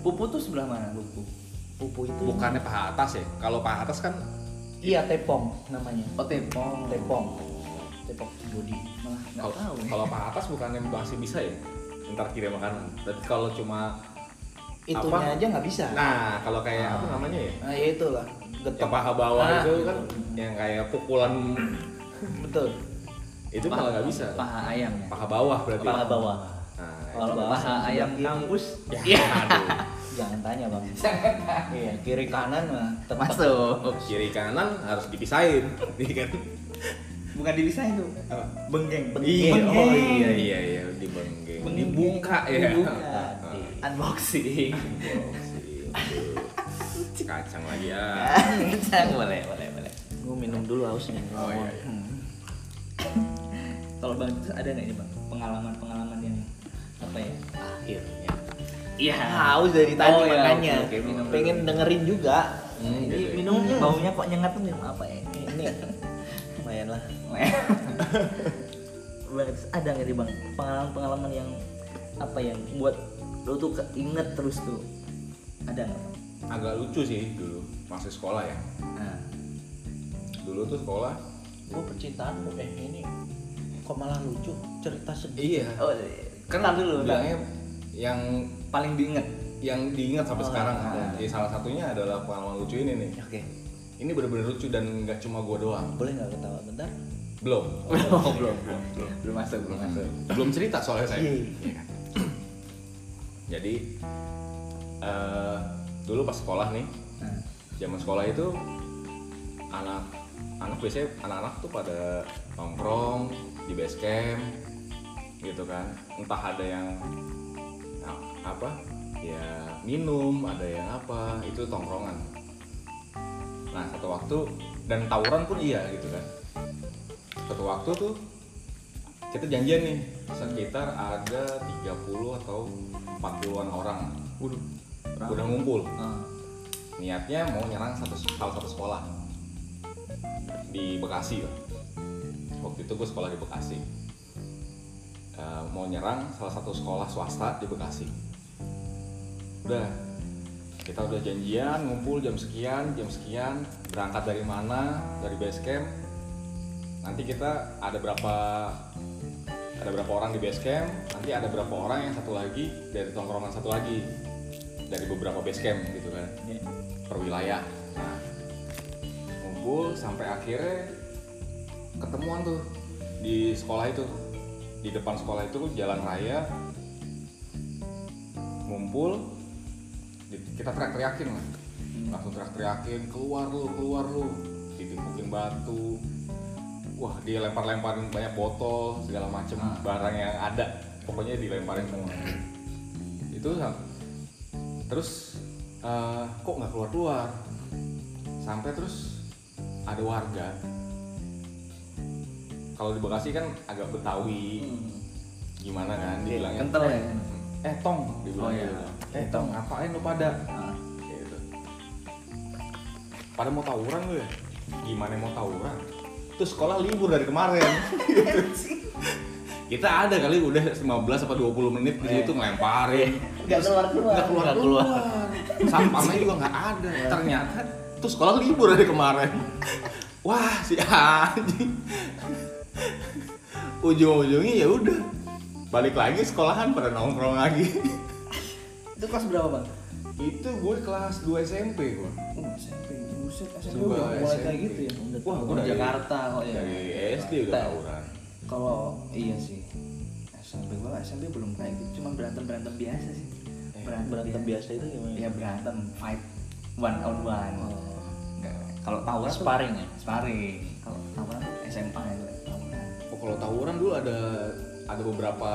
pupu tuh sebelah mana pupu pupu itu bukannya paha atas ya kalau paha atas kan iya tepong namanya oh tepong tepong tepong body malah nggak kalau ya. tahu kalau paha atas bukannya masih bisa ya ntar kiri makanan tapi kalau cuma itunya Apa? aja nggak bisa nah, nah kalau kayak apa namanya ya ya itulah yang getok paha bawah Nah. itu kan yang kayak pukulan betul itu malah nggak bisa Ya. paha ayam ya paha bawah berarti paha bawah Oh. Nah, kalau paha ayam Sebelah kiri. kampus ya, aduh. jangan tanya [laughs] bang iya kiri kanan mah tepat masuk kiri kanan harus dipisahin [laughs] iya kan bukan dipisahin tuh Apa? benggeng Iya. iya oh iya iya iya dibenggeng dibuka ya Dibuka. Heeh. unboxing Sih, aduh. kacang lagi ya [laughs] boleh boleh boleh gue minum dulu hausnya Oh, iya, iya. kalau bang Titus ada nggak nih bang pengalaman pengalaman yang apa ya akhirnya iya haus dari tadi Oh, iya, makanya oke, oke, minum dulu. Iya, pengen dengerin juga Hmm, ini gitu ya. minum baunya kok nyengat tuh minum apa ya ini [laughs] lumayan lah bang Titus, ada nggak nih bang pengalaman pengalaman yang apa yang buat lo tuh keinget terus tuh ada nggak bang agak lucu sih dulu masih sekolah ya nah, dulu tuh sekolah gue percintaan eh ini kok malah lucu cerita sedih Iya. Oh, kenal dulu. Bang. Bilangnya yang Paling diinget. yang diingat sampai sekarang kan. Ya, salah satunya adalah pengalaman lucu ini nih. Oh, iya. oke Ini bener-bener lucu dan nggak cuma gua doang. boleh nggak ketawa bentar Oh, Belum. belum, belum, belum, belum masuk, belum masuk. Belum cerita soalnya saya. Iya. Iya kan? Jadi eh, dulu pas sekolah nih, Nah, zaman sekolah itu anak anak biasanya anak-anak tuh pada nongkrong di base camp gitu kan entah ada yang a- Nah, apa ya minum ada yang apa itu tongkrongan nah satu waktu dan tawuran pun iya gitu kan satu waktu tuh kita janjian nih sekitar ada 30 atau 40-an orang Waduh. udah ngumpul Ah, niatnya mau nyerang satu salah satu sekolah di Bekasi lah. waktu itu gue sekolah di Bekasi Eh, mau nyerang salah satu sekolah swasta di Bekasi udah kita udah janjian ngumpul jam sekian jam sekian berangkat dari mana dari base camp nanti kita ada berapa ada berapa orang di base camp nanti ada berapa orang yang satu lagi dari tongkrongan satu lagi dari beberapa base camp gitu kan per wilayah. Nah, ngumpul sampai akhirnya ketemuan tuh di sekolah itu. Di depan sekolah itu jalan raya ngumpul di- kita teriak-teriakin lah. Langsung teriak-teriakin, keluar lu, keluar lu. Ditimpukin batu. Wah, dia lempar-lemparin banyak botol, segala macem Ah. barang yang ada. Pokoknya dilemparin semua. Itu sam- terus eh, kok nggak keluar keluar sampai terus ada warga kalau di Bekasi kan agak Betawi gimana kan dibilangnya Hmm. kental ya. eh tong dibilang Oh, iya. gitu. eh tong ngapain lu pada Ah, Kayak gitu. pada mau tawuran lu ya gimana mau tawuran terus sekolah libur dari [laughs] kemarin Gitu. kita ada kali udah 15 apa 20 menit di situ ngelemparin nggak keluar keluar Iya. nggak keluar keluar Iya. sampahnya juga nggak ada ternyata tuh sekolah libur dari kemarin wah si anjing ujung-ujungnya ya udah balik lagi sekolahan pada nongkrong lagi itu kelas berapa bang itu gue kelas 2 SMP gue Oh, SMP, buset, SMP Coba udah mulai kayak SMP. gitu ya. Wah, Udah gua dari- Jakarta Oh, kok iya, ya. dari SD udah tawuran Kalau iya sih. SMP gua SMP belum kayak gitu, cuma berantem berantem biasa sih. berantem, Eh, Berantem biasa itu gimana? Oh. Ya berantem, fight one on one. Nggak, Kalau tawuran tuh- Sparring ya? Sparring. Kalau tawuran tuh SMA itu tawuran. oh, kalau tawuran dulu ada ada beberapa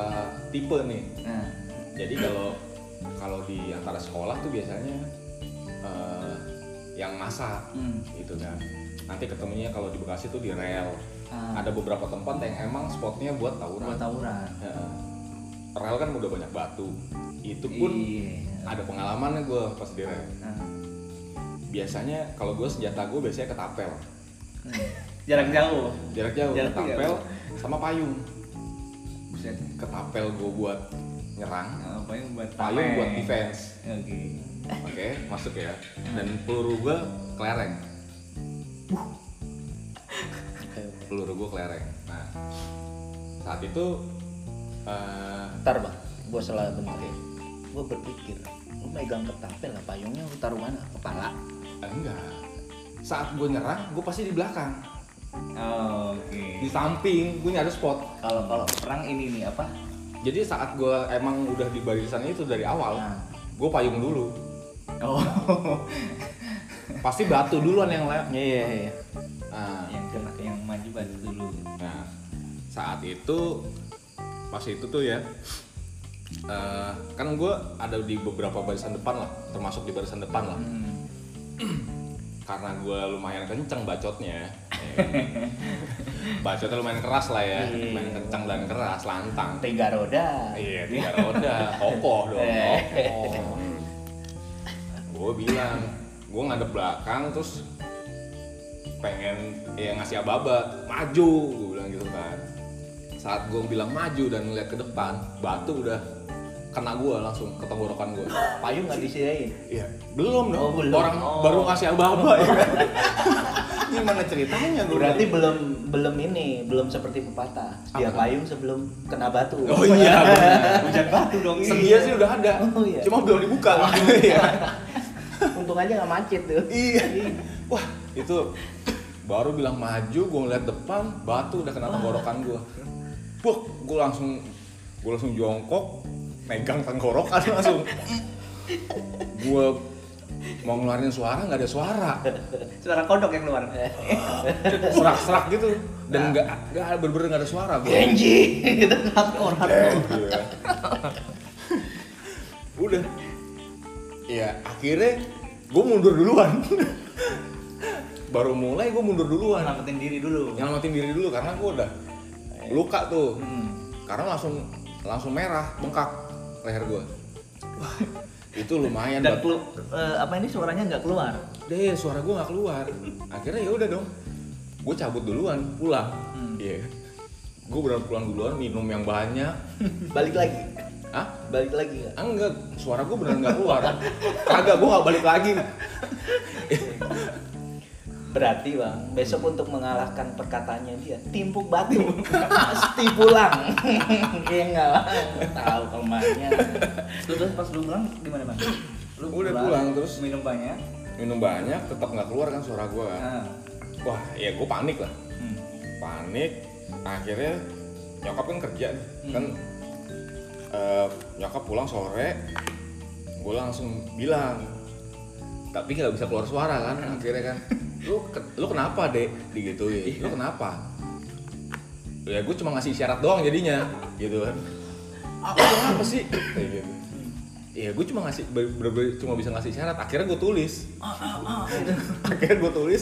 tipe nih Nah, jadi kalau kalau di antara sekolah tuh biasanya eh, yang masak Hmm. gitu kan nanti ketemunya kalau di Bekasi tuh di rel Ah. ada beberapa tempat yang emang spotnya buat tawuran buat tawuran. Heeh. rel kan udah banyak batu itu pun Iya. ada pengalamannya gue pas di rel Nah, biasanya kalau gue senjata gue biasanya ketapel Hmm. [laughs] jarak jauh. jarak jauh Jarak ketapel sama payung Buset. ketapel gue buat nyerang Nah, Apa yang buat payung tameng. buat defense Oke. Oke, masuk ya. Dan peluru gue kelereng. peluru gue kelereng. Nah, saat itu eh, Bentar bang, gua salah bentar. ya. Gua berpikir, lu megang ketapel lah, payungnya lu taruh mana? Kepala? eh, enggak. Saat gue nyerang, gue pasti di belakang, Oh, Oke. di samping, gue nyari spot. Kalau kalau perang ini nih apa? [laughs] Jadi saat gue emang udah di barisan itu dari awal, Nah. gue payung dulu. Oh. Pasti batu duluan yang lewat. Iya iya iya. Nah, Yang kena yang maju baru dulu. Nah, saat itu pas itu tuh ya, eh, kan gue ada di beberapa barisan depan lah, termasuk di barisan depan lah, Hmm. karena gue lumayan kenceng bacotnya, ya kan? bacotnya lumayan keras lah ya, Iya. lumayan kenceng dan keras, lantang. Tiga roda. Iya, tiga roda, kokoh dong, Eh. kokoh. gue bilang, gue ngadep belakang terus pengen ya ngasih ababa, maju, gue bilang gitu kan. Saat gue bilang maju dan ngeliat ke depan, batu udah kena gue langsung ke tenggorokan gue. Payung nggak disediain? Iya, belum dong. Oh, belum. Orang Oh. baru ngasih ababa ya kan. Gimana ceritanya gue? Berarti belum belum ini, belum seperti pepatah. Dia payung sebelum kena batu. Oh [laughs] iya, benar. hujan batu dong ini. Sedia sih udah ada. Oh, iya. Cuma belum dibuka. Iya. Untung aja nggak macet tuh. Iya. [laughs] Wah, itu baru bilang maju, gue ngeliat depan, batu udah kena tenggorokan gue. Buk, gue langsung gue langsung jongkok, megang tenggorokan [laughs] langsung. gue mau ngeluarin suara nggak ada suara, Suara kodok yang keluar. serak-serak gitu dan nggak nggak bener-bener nggak ada suara gue. Genji gitu hardcore hardcore. Iya. udah ya akhirnya gue mundur duluan baru mulai gue mundur duluan Selamatin diri dulu. nyelamatin diri dulu karena gue udah luka tuh karena langsung langsung merah bengkak leher gue wah itu lumayan Dan banget. kelu- eh, apa ini suaranya nggak keluar. deh suara gue nggak keluar akhirnya ya udah dong gue cabut duluan pulang iya gue benar pulang duluan minum yang banyak Balik lagi. ah Balik lagi ya. nggak? Ah, enggak, suara gue beneran nggak keluar. Kagak, gue nggak balik lagi. Berarti bang, besok untuk mengalahkan perkataannya dia, timpuk [laughs] batu, pasti pulang. [laughs] Iya nggak Bang? Tahu kelemahannya. Lu terus pas lu pulang gimana bang? Lu Udah pulang, terus? minum banyak. Minum banyak, tetap nggak keluar kan suara gue. Nah, Wah, ya gue panik lah. hmm. Panik, akhirnya nyokap kan kerja nih. Kan eh, nyokap pulang sore, gue langsung bilang. Tapi nggak bisa keluar suara kan, Iya. akhirnya kan. Lu, ke- lu kenapa dek? Iya. Digituin, lu kenapa? Ya gue cuma ngasih isyarat doang jadinya, gitu kan. Aku apa sih? Kayak gitu. Iya, gue cuma ngasih ber- ber- ber- cuma bisa ngasih syarat. Akhirnya gue tulis. Ah, [laughs] Akhirnya gue tulis,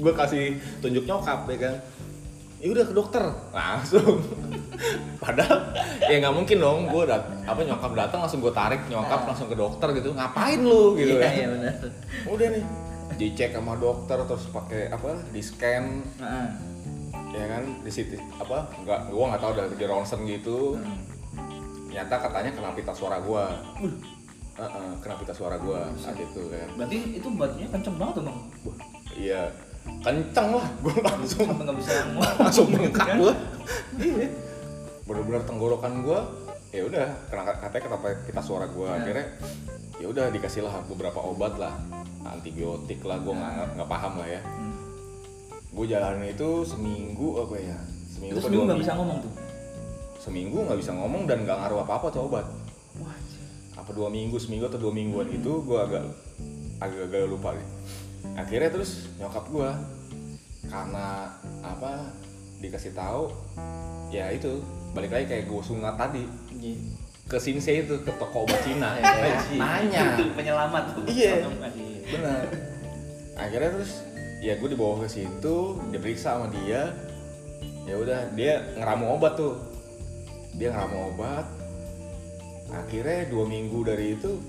gue kasih tunjuk nyokap ya kan. Ya udah ke dokter langsung. [laughs] Padahal ya nggak mungkin dong, gue dat- apa nyokap datang langsung gue tarik nyokap langsung ke dokter gitu. Ngapain lu gitu Nah. Iya ya? iya benar. Udah nih dicek sama dokter terus pakai apa di scan Heeh. ya kan di situ apa nggak gue nggak tahu dari di ronsen gitu nyata katanya kena pita suara gue Heeh, kena pita suara gue saat itu kan Berarti itu buatnya kenceng banget tuh bang. Wah, iya kenceng lah gue langsung Sampai [laughs] nggak bisa ngomong. langsung bengkak gue iya bener-bener tenggorokan gue ya udah kena katanya kenapa kita suara gue akhirnya ya udah dikasih lah beberapa obat lah antibiotik lah gue nggak nggak paham lah ya gue jalan itu seminggu apa ya seminggu Terus lu apa dua nggak minggu. bisa ngomong tuh. seminggu nggak bisa ngomong dan nggak ngaruh apa apa tuh obat apa dua minggu seminggu atau dua mingguan Hmm. itu gue agak agak agak lupa deh akhirnya terus nyokap gue karena apa dikasih tahu ya itu balik lagi kayak gue sunat tadi Iya. ke Shinsei itu ke toko obat Cina [laughs] nanya Itu penyelamat. Iya. benar akhirnya terus ya gue dibawa ke situ diperiksa sama dia ya udah dia ngeramu obat tuh dia ngeramu obat akhirnya dua minggu dari itu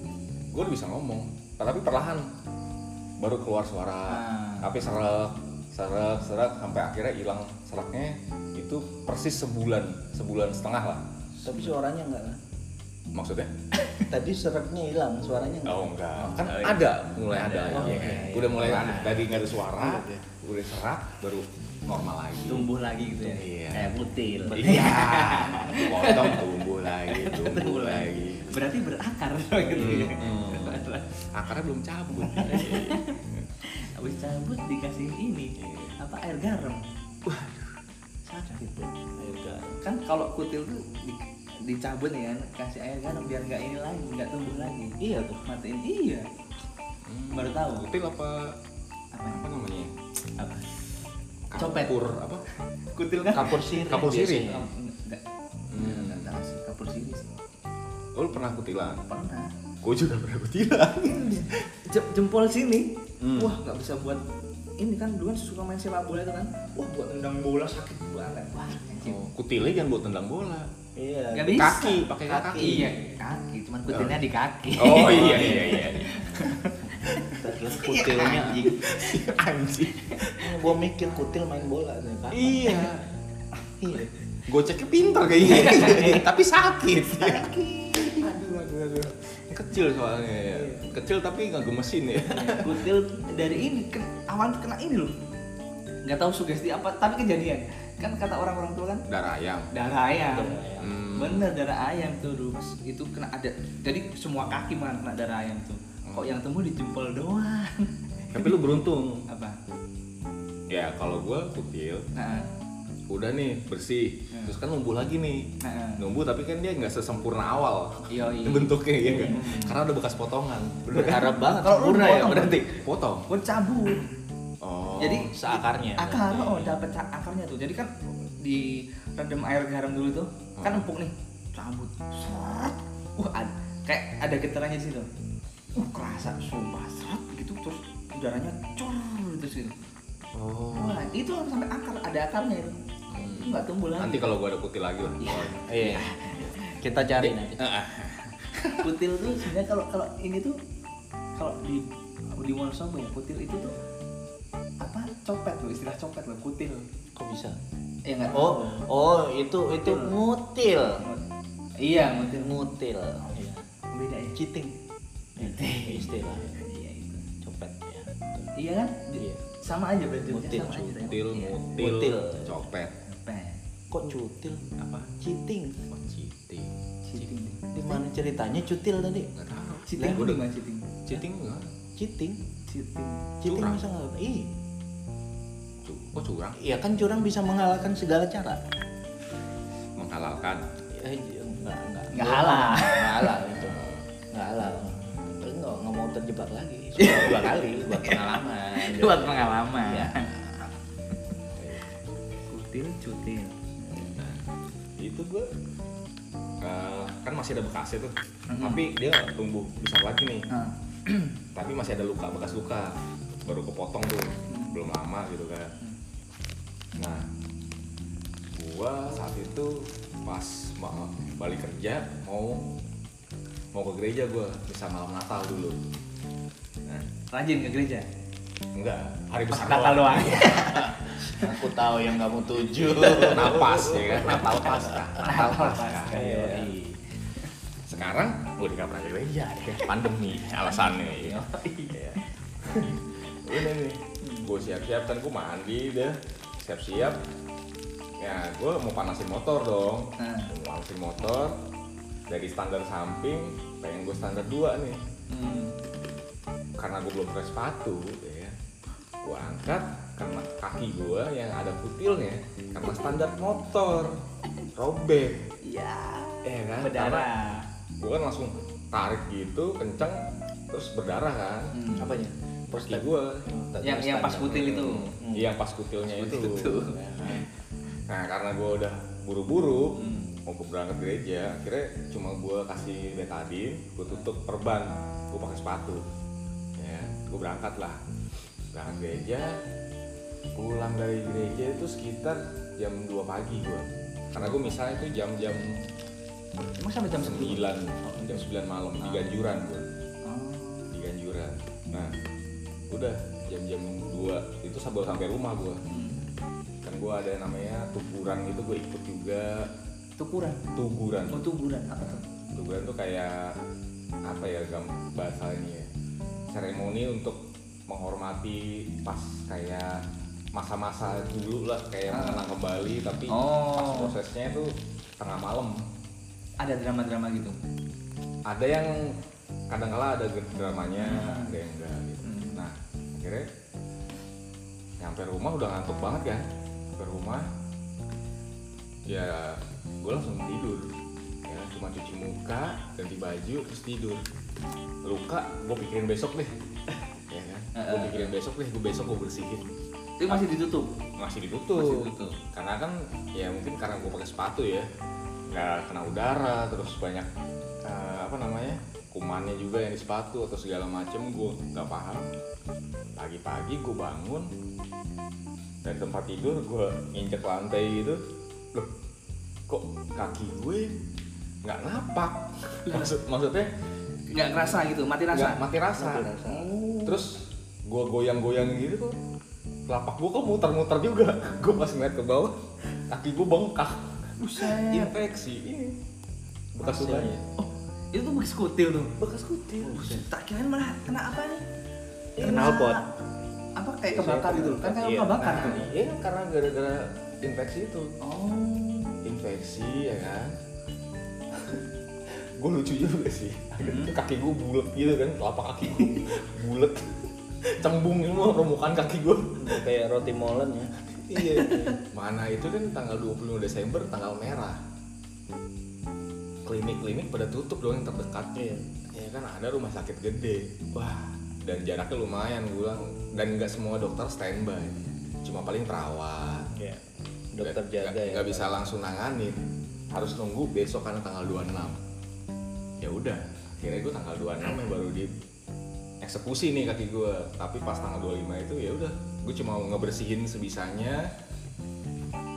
gue udah bisa ngomong tapi perlahan baru keluar suara tapi serak serak serak sampai akhirnya hilang seraknya itu persis sebulan sebulan setengah lah Tapi suaranya nggak lah. maksudnya Tadi seretnya hilang, suaranya nggak. Oh enggak, kan ada mulai ada, ya kan? Udah mulai tadi nggak ada Iya, suara, udah serak, baru normal lagi. Tumbuh lagi gitu ya. Iya. Kayak butil. [laughs] Iya, [laughs] potong tumbuh lagi, tumbuh lagi. Hmm. Berarti berakar [laughs] gitu ya. Akarnya belum [laughs] cabut. Habis cabut dikasih ini Iya. apa air garam. Sakit tuh. Air garam. Kan kalau kutil tuh di- dicabut ya kasih air garam biar nggak ini lagi nggak tumbuh lagi iya tuh matiin iya baru tahu Kutil apa apa ya? apa namanya? apa Copet. Kapur apa? kutil kan Oh, Kapur sirih. Kapur sirih. biasanya. Enggak. Enggak sih, kapur sirih sih. Lo Hmm. pernah kutilan? Pernah. Gue juga pernah kutilan. [laughs] Jem- jempol sini. Hmm. Wah, nggak bisa buat ini kan dulu kan suka main sepak bola itu kan. Wah, buat tendang bola sakit banget. Wah, anjing. Oh, kutilnya jangan buat tendang bola. Iya. Nggak bisa. Kaki, pakai kaki. Iya, kaki. Cuman kutilnya di kaki. Oh iya iya [laughs] iya. Terus kan? kutilnya. Anjing. Gue mikir kutil main bola. nih, Pak. Iya. Iya. Goceknya pinter kayaknya, tapi sakit. aduh, aduh, aduh. Kecil soalnya ya. Kecil tapi nggak gemesin ya. kutil dari kan ini ke, awan kena ini loh. nggak tahu sugesti apa tapi kejadian kan kata orang-orang tua kan darah ayam darah ayam Hmm. Darah ayam. bener darah ayam tuh dulu pas itu kena ada jadi semua kaki malah kena darah ayam tuh kok yang temu di jempol doang [laughs] tapi lu beruntung apa ya kalau gue kutil nah, udah nih bersih terus kan numbuh lagi nih nah, numbuh tapi kan dia nggak sesempurna awal Yoi. bentuknya ya nggak? karena ada bekas potongan Berharap banget Kalau lu sempurna ya potong, berarti. potong gue cabut oh jadi seakarnya. akar oh dapat ca- akarnya tuh jadi kan di rendam air garam dulu tuh kan empuk nih cabut seret wah ad- kayak ada getarannya di situ uh kerasa sumpah seret begitu terus udaranya cur terus gitu oh wah itu sampai akar ada akarnya itu Itu nggak tumbuh lagi nanti kalau gue ada kutil lagi lah Iya. Kita cari nanti. [laughs] kutil tuh sebenarnya kalau kalau ini tuh kalau di di Wonosobo ya kutil itu tuh apa copet loh istilah copet loh kutil eh, Kok bisa? ya nggak Oh, oh itu itu mutil. iya kutil Mutil. Iya. beda ya Cheating. Istilah iya itu copet ya. Iya kan? Iya. Sama aja berarti Mutil, sama aja. kutil Iya. ya? mutil Kutil. copet Pen. Kok cutil? Apa? Cheating. citing Cheating. Di mana ceritanya cutil tadi? nggak tahu Cheating Gua itu udah- gimana cheating? citing nggak Cheating. Cheating. Cheating Curang. bisa nggak? Iya. Cu- kok curang Iya kan curang bisa mengalahkan segala cara. menghalalkan Eh, j- enggak, enggak. Nggak halal. Enggak halal itu. Enggak halal. Terus enggak, enggak mau terjebak lagi. Sudah dua kali buat pengalaman. [laughs] buat pengalaman Ya. kutil cutil Hmm. itu gue kan masih ada bekasnya tuh tapi dia tumbuh besar lagi nih Hmm. Ah. [clears throat] tapi masih ada luka bekas luka baru kepotong tuh Hmm. belum lama gitu kan nah gua saat itu pas mau balik kerja mau mau ke gereja gua bisa malam Natal dulu nah Rajin ke gereja. enggak hari besar Natal doang. [laughs] doang. Aku tahu yang kamu tuju. napas ya kan Natal pasca Natal pasca Iya. sekarang gue udah gak pernah ke gereja ya kan? pandemi alasannya ya Iya. udah nih gue siap-siap kan gue mandi deh siap-siap ya gue mau panasin motor dong Nah. Gua mau panasin motor dari standar samping pengen gue standar dua nih karena gue belum pakai sepatu ya kan? gue angkat karena kaki gue yang ada kutilnya karena standar motor robek Iya. ya kan Karena- Berdarah. gue kan langsung tarik gitu kenceng terus berdarah kan Hmm. Apanya? kaki Prostat. gue Yang yang pas kutil itu. iya pas kutilnya itu nah karena gue udah buru-buru Hmm. mau berangkat gereja akhirnya cuma gue kasih betadin gue tutup perban gue pakai sepatu ya gue berangkat lah berangkat gereja pulang dari gereja itu sekitar jam 2 pagi gue karena gue misalnya itu jam-jam Emang sampai jam Iya. 10? 9 Oh, jam 9 malam di Ganjuran gue Oh, di Ganjuran. Nah, udah jam-jam 2 itu sambil sampai rumah gua. Kan gua ada namanya tuguran gitu gue ikut juga Tukuran. tuguran. Oh, tukuran apa tuh? Tuguran tuh kayak apa ya gam bahasanya ya? Seremoni untuk menghormati pas kayak masa-masa dulu lah kayak mengenang kembali tapi pas Oh, prosesnya itu tengah malam ada drama-drama gitu. ada yang kadang kala ada ge- dramanya ada yang enggak gitu nah akhirnya nyampe rumah udah ngantuk banget kan nyampe rumah ya gue langsung tidur ya cuma cuci muka ganti baju terus tidur luka gue pikirin besok deh [laughs] ya kan gue pikirin besok deh gue besok gue bersihin Itu masih ditutup. masih ditutup. Masih ditutup. karena kan ya mungkin karena gue pakai sepatu ya nggak kena udara terus banyak eh, apa namanya kumannya juga yang di sepatu atau segala macem gue nggak paham pagi-pagi gue bangun dari tempat tidur gue nginjek lantai gitu loh kok kaki gue nggak napak [laughs] maksud maksudnya Enggak kerasa gitu, mati nggak rasa. mati rasa, terus gue goyang-goyang gitu kok telapak gue kok muter-muter juga [laughs] gue pas ngeliat ke bawah kaki gue bengkak Buset. infeksi ini bekas lukanya Oh, itu tuh bekas kutil tuh. bekas kutil Buset, tak kirain malah Oh, Eh, kena apa nih? Knalpot. Kena apa kayak kebakar gitu kan kayak luka bakar tuh Nah. Iya kan karena gara-gara infeksi itu. oh Infeksi ya kan. [laughs] gue lucu juga sih. Itu kaki gue bulat gitu kan, telapak kaki gue bulat. [laughs] Cembung semua permukaan kaki gue. kayak roti molen ya iya. Mana itu kan tanggal 25 Desember tanggal merah. Klinik-klinik pada tutup dong yang terdekat. Iya. Ya kan ada rumah sakit gede. Wah, dan jaraknya lumayan gue bilang dan nggak semua dokter standby. Cuma paling perawat. Iya. dokter Nggak- jaga nggak- ya nggak bisa langsung nanganin harus nunggu besok kan tanggal 26 ya udah akhirnya gue tanggal 26 yang baru di eksekusi nih kaki gue tapi pas tanggal 25 itu ya udah gue cuma ngebersihin sebisanya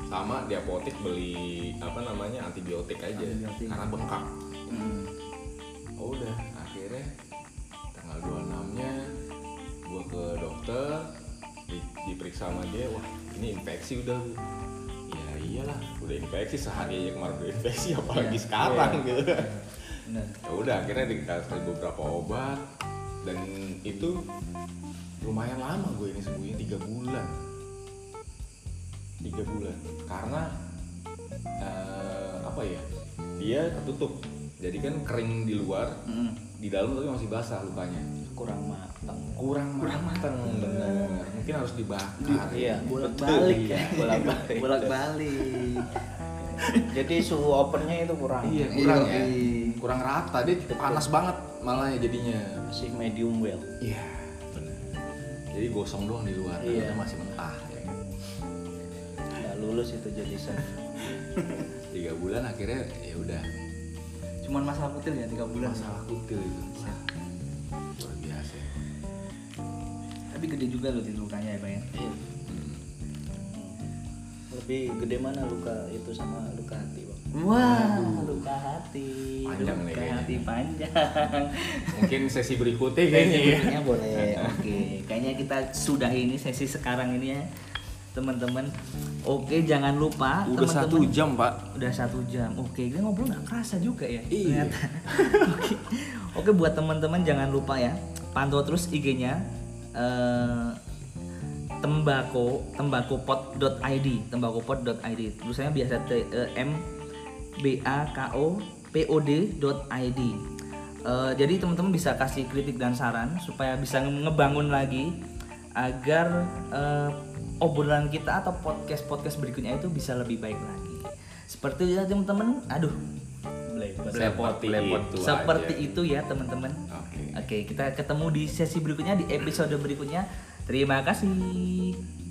sama di apotek beli apa namanya antibiotik aja Antibiotik. karena bengkak Hmm. oh udah akhirnya tanggal 26 nya gue ke dokter di- diperiksa sama dia wah ini infeksi udah Bu." ya iyalah udah infeksi sehari aja kemarin udah infeksi Iya. apalagi sekarang gitu benar ya udah akhirnya dikasih beberapa obat dan itu lumayan lama gue ini sembuhnya tiga bulan tiga bulan karena eh, apa ya dia tertutup jadi kan kering di luar Mm. di dalam tapi masih basah lukanya kurang matang kurang kurang matang bener mungkin harus dibakar iya bolak Betul, balik iya. ya bolak balik bolak balik jadi suhu opennya itu kurang iya kurang ya Iya. kurang rata dia panas banget malah ya jadinya masih medium well Iya, benar. Jadi gosong doang di luar, Iya. dalamnya masih mentah. ya kan. nggak lulus itu jadi chef Tiga bulan akhirnya ya udah cuman masalah kutil ya tiga bulan masalah kutil itu. Wah, Luar biasa. ya. tapi gede juga loh di lukanya ya bang ya Iya. Hmm. lebih gede mana luka itu sama luka hati bang wah luka hati Panjang nih luka kayaknya. hati panjang Mungkin sesi [laughs] berikutnya kayaknya ya. Kayaknya boleh. Oke, kayaknya kita sudahi ini sesi sekarang ini ya, teman-teman. Oke, jangan lupa Udah teman-teman. satu jam pak. Udah satu jam. Oke, kita ngobrol nggak kerasa juga ya. Iya. ternyata. Oke, oke buat teman-teman jangan lupa ya, pantau terus IG-nya eh, tembako tembakopot.id tembakopot.id tulisannya biasa T- eh, M B A K O P O D dot ID. Eh, jadi teman-teman bisa kasih kritik dan saran supaya bisa ngebangun lagi agar eh, obrolan kita atau podcast podcast berikutnya itu bisa lebih baik lagi. Seperti ya teman-teman, aduh, Seperti itu. seperti aja. itu ya teman-teman. Oke. Oke, kita ketemu di sesi berikutnya di episode berikutnya. Terima kasih.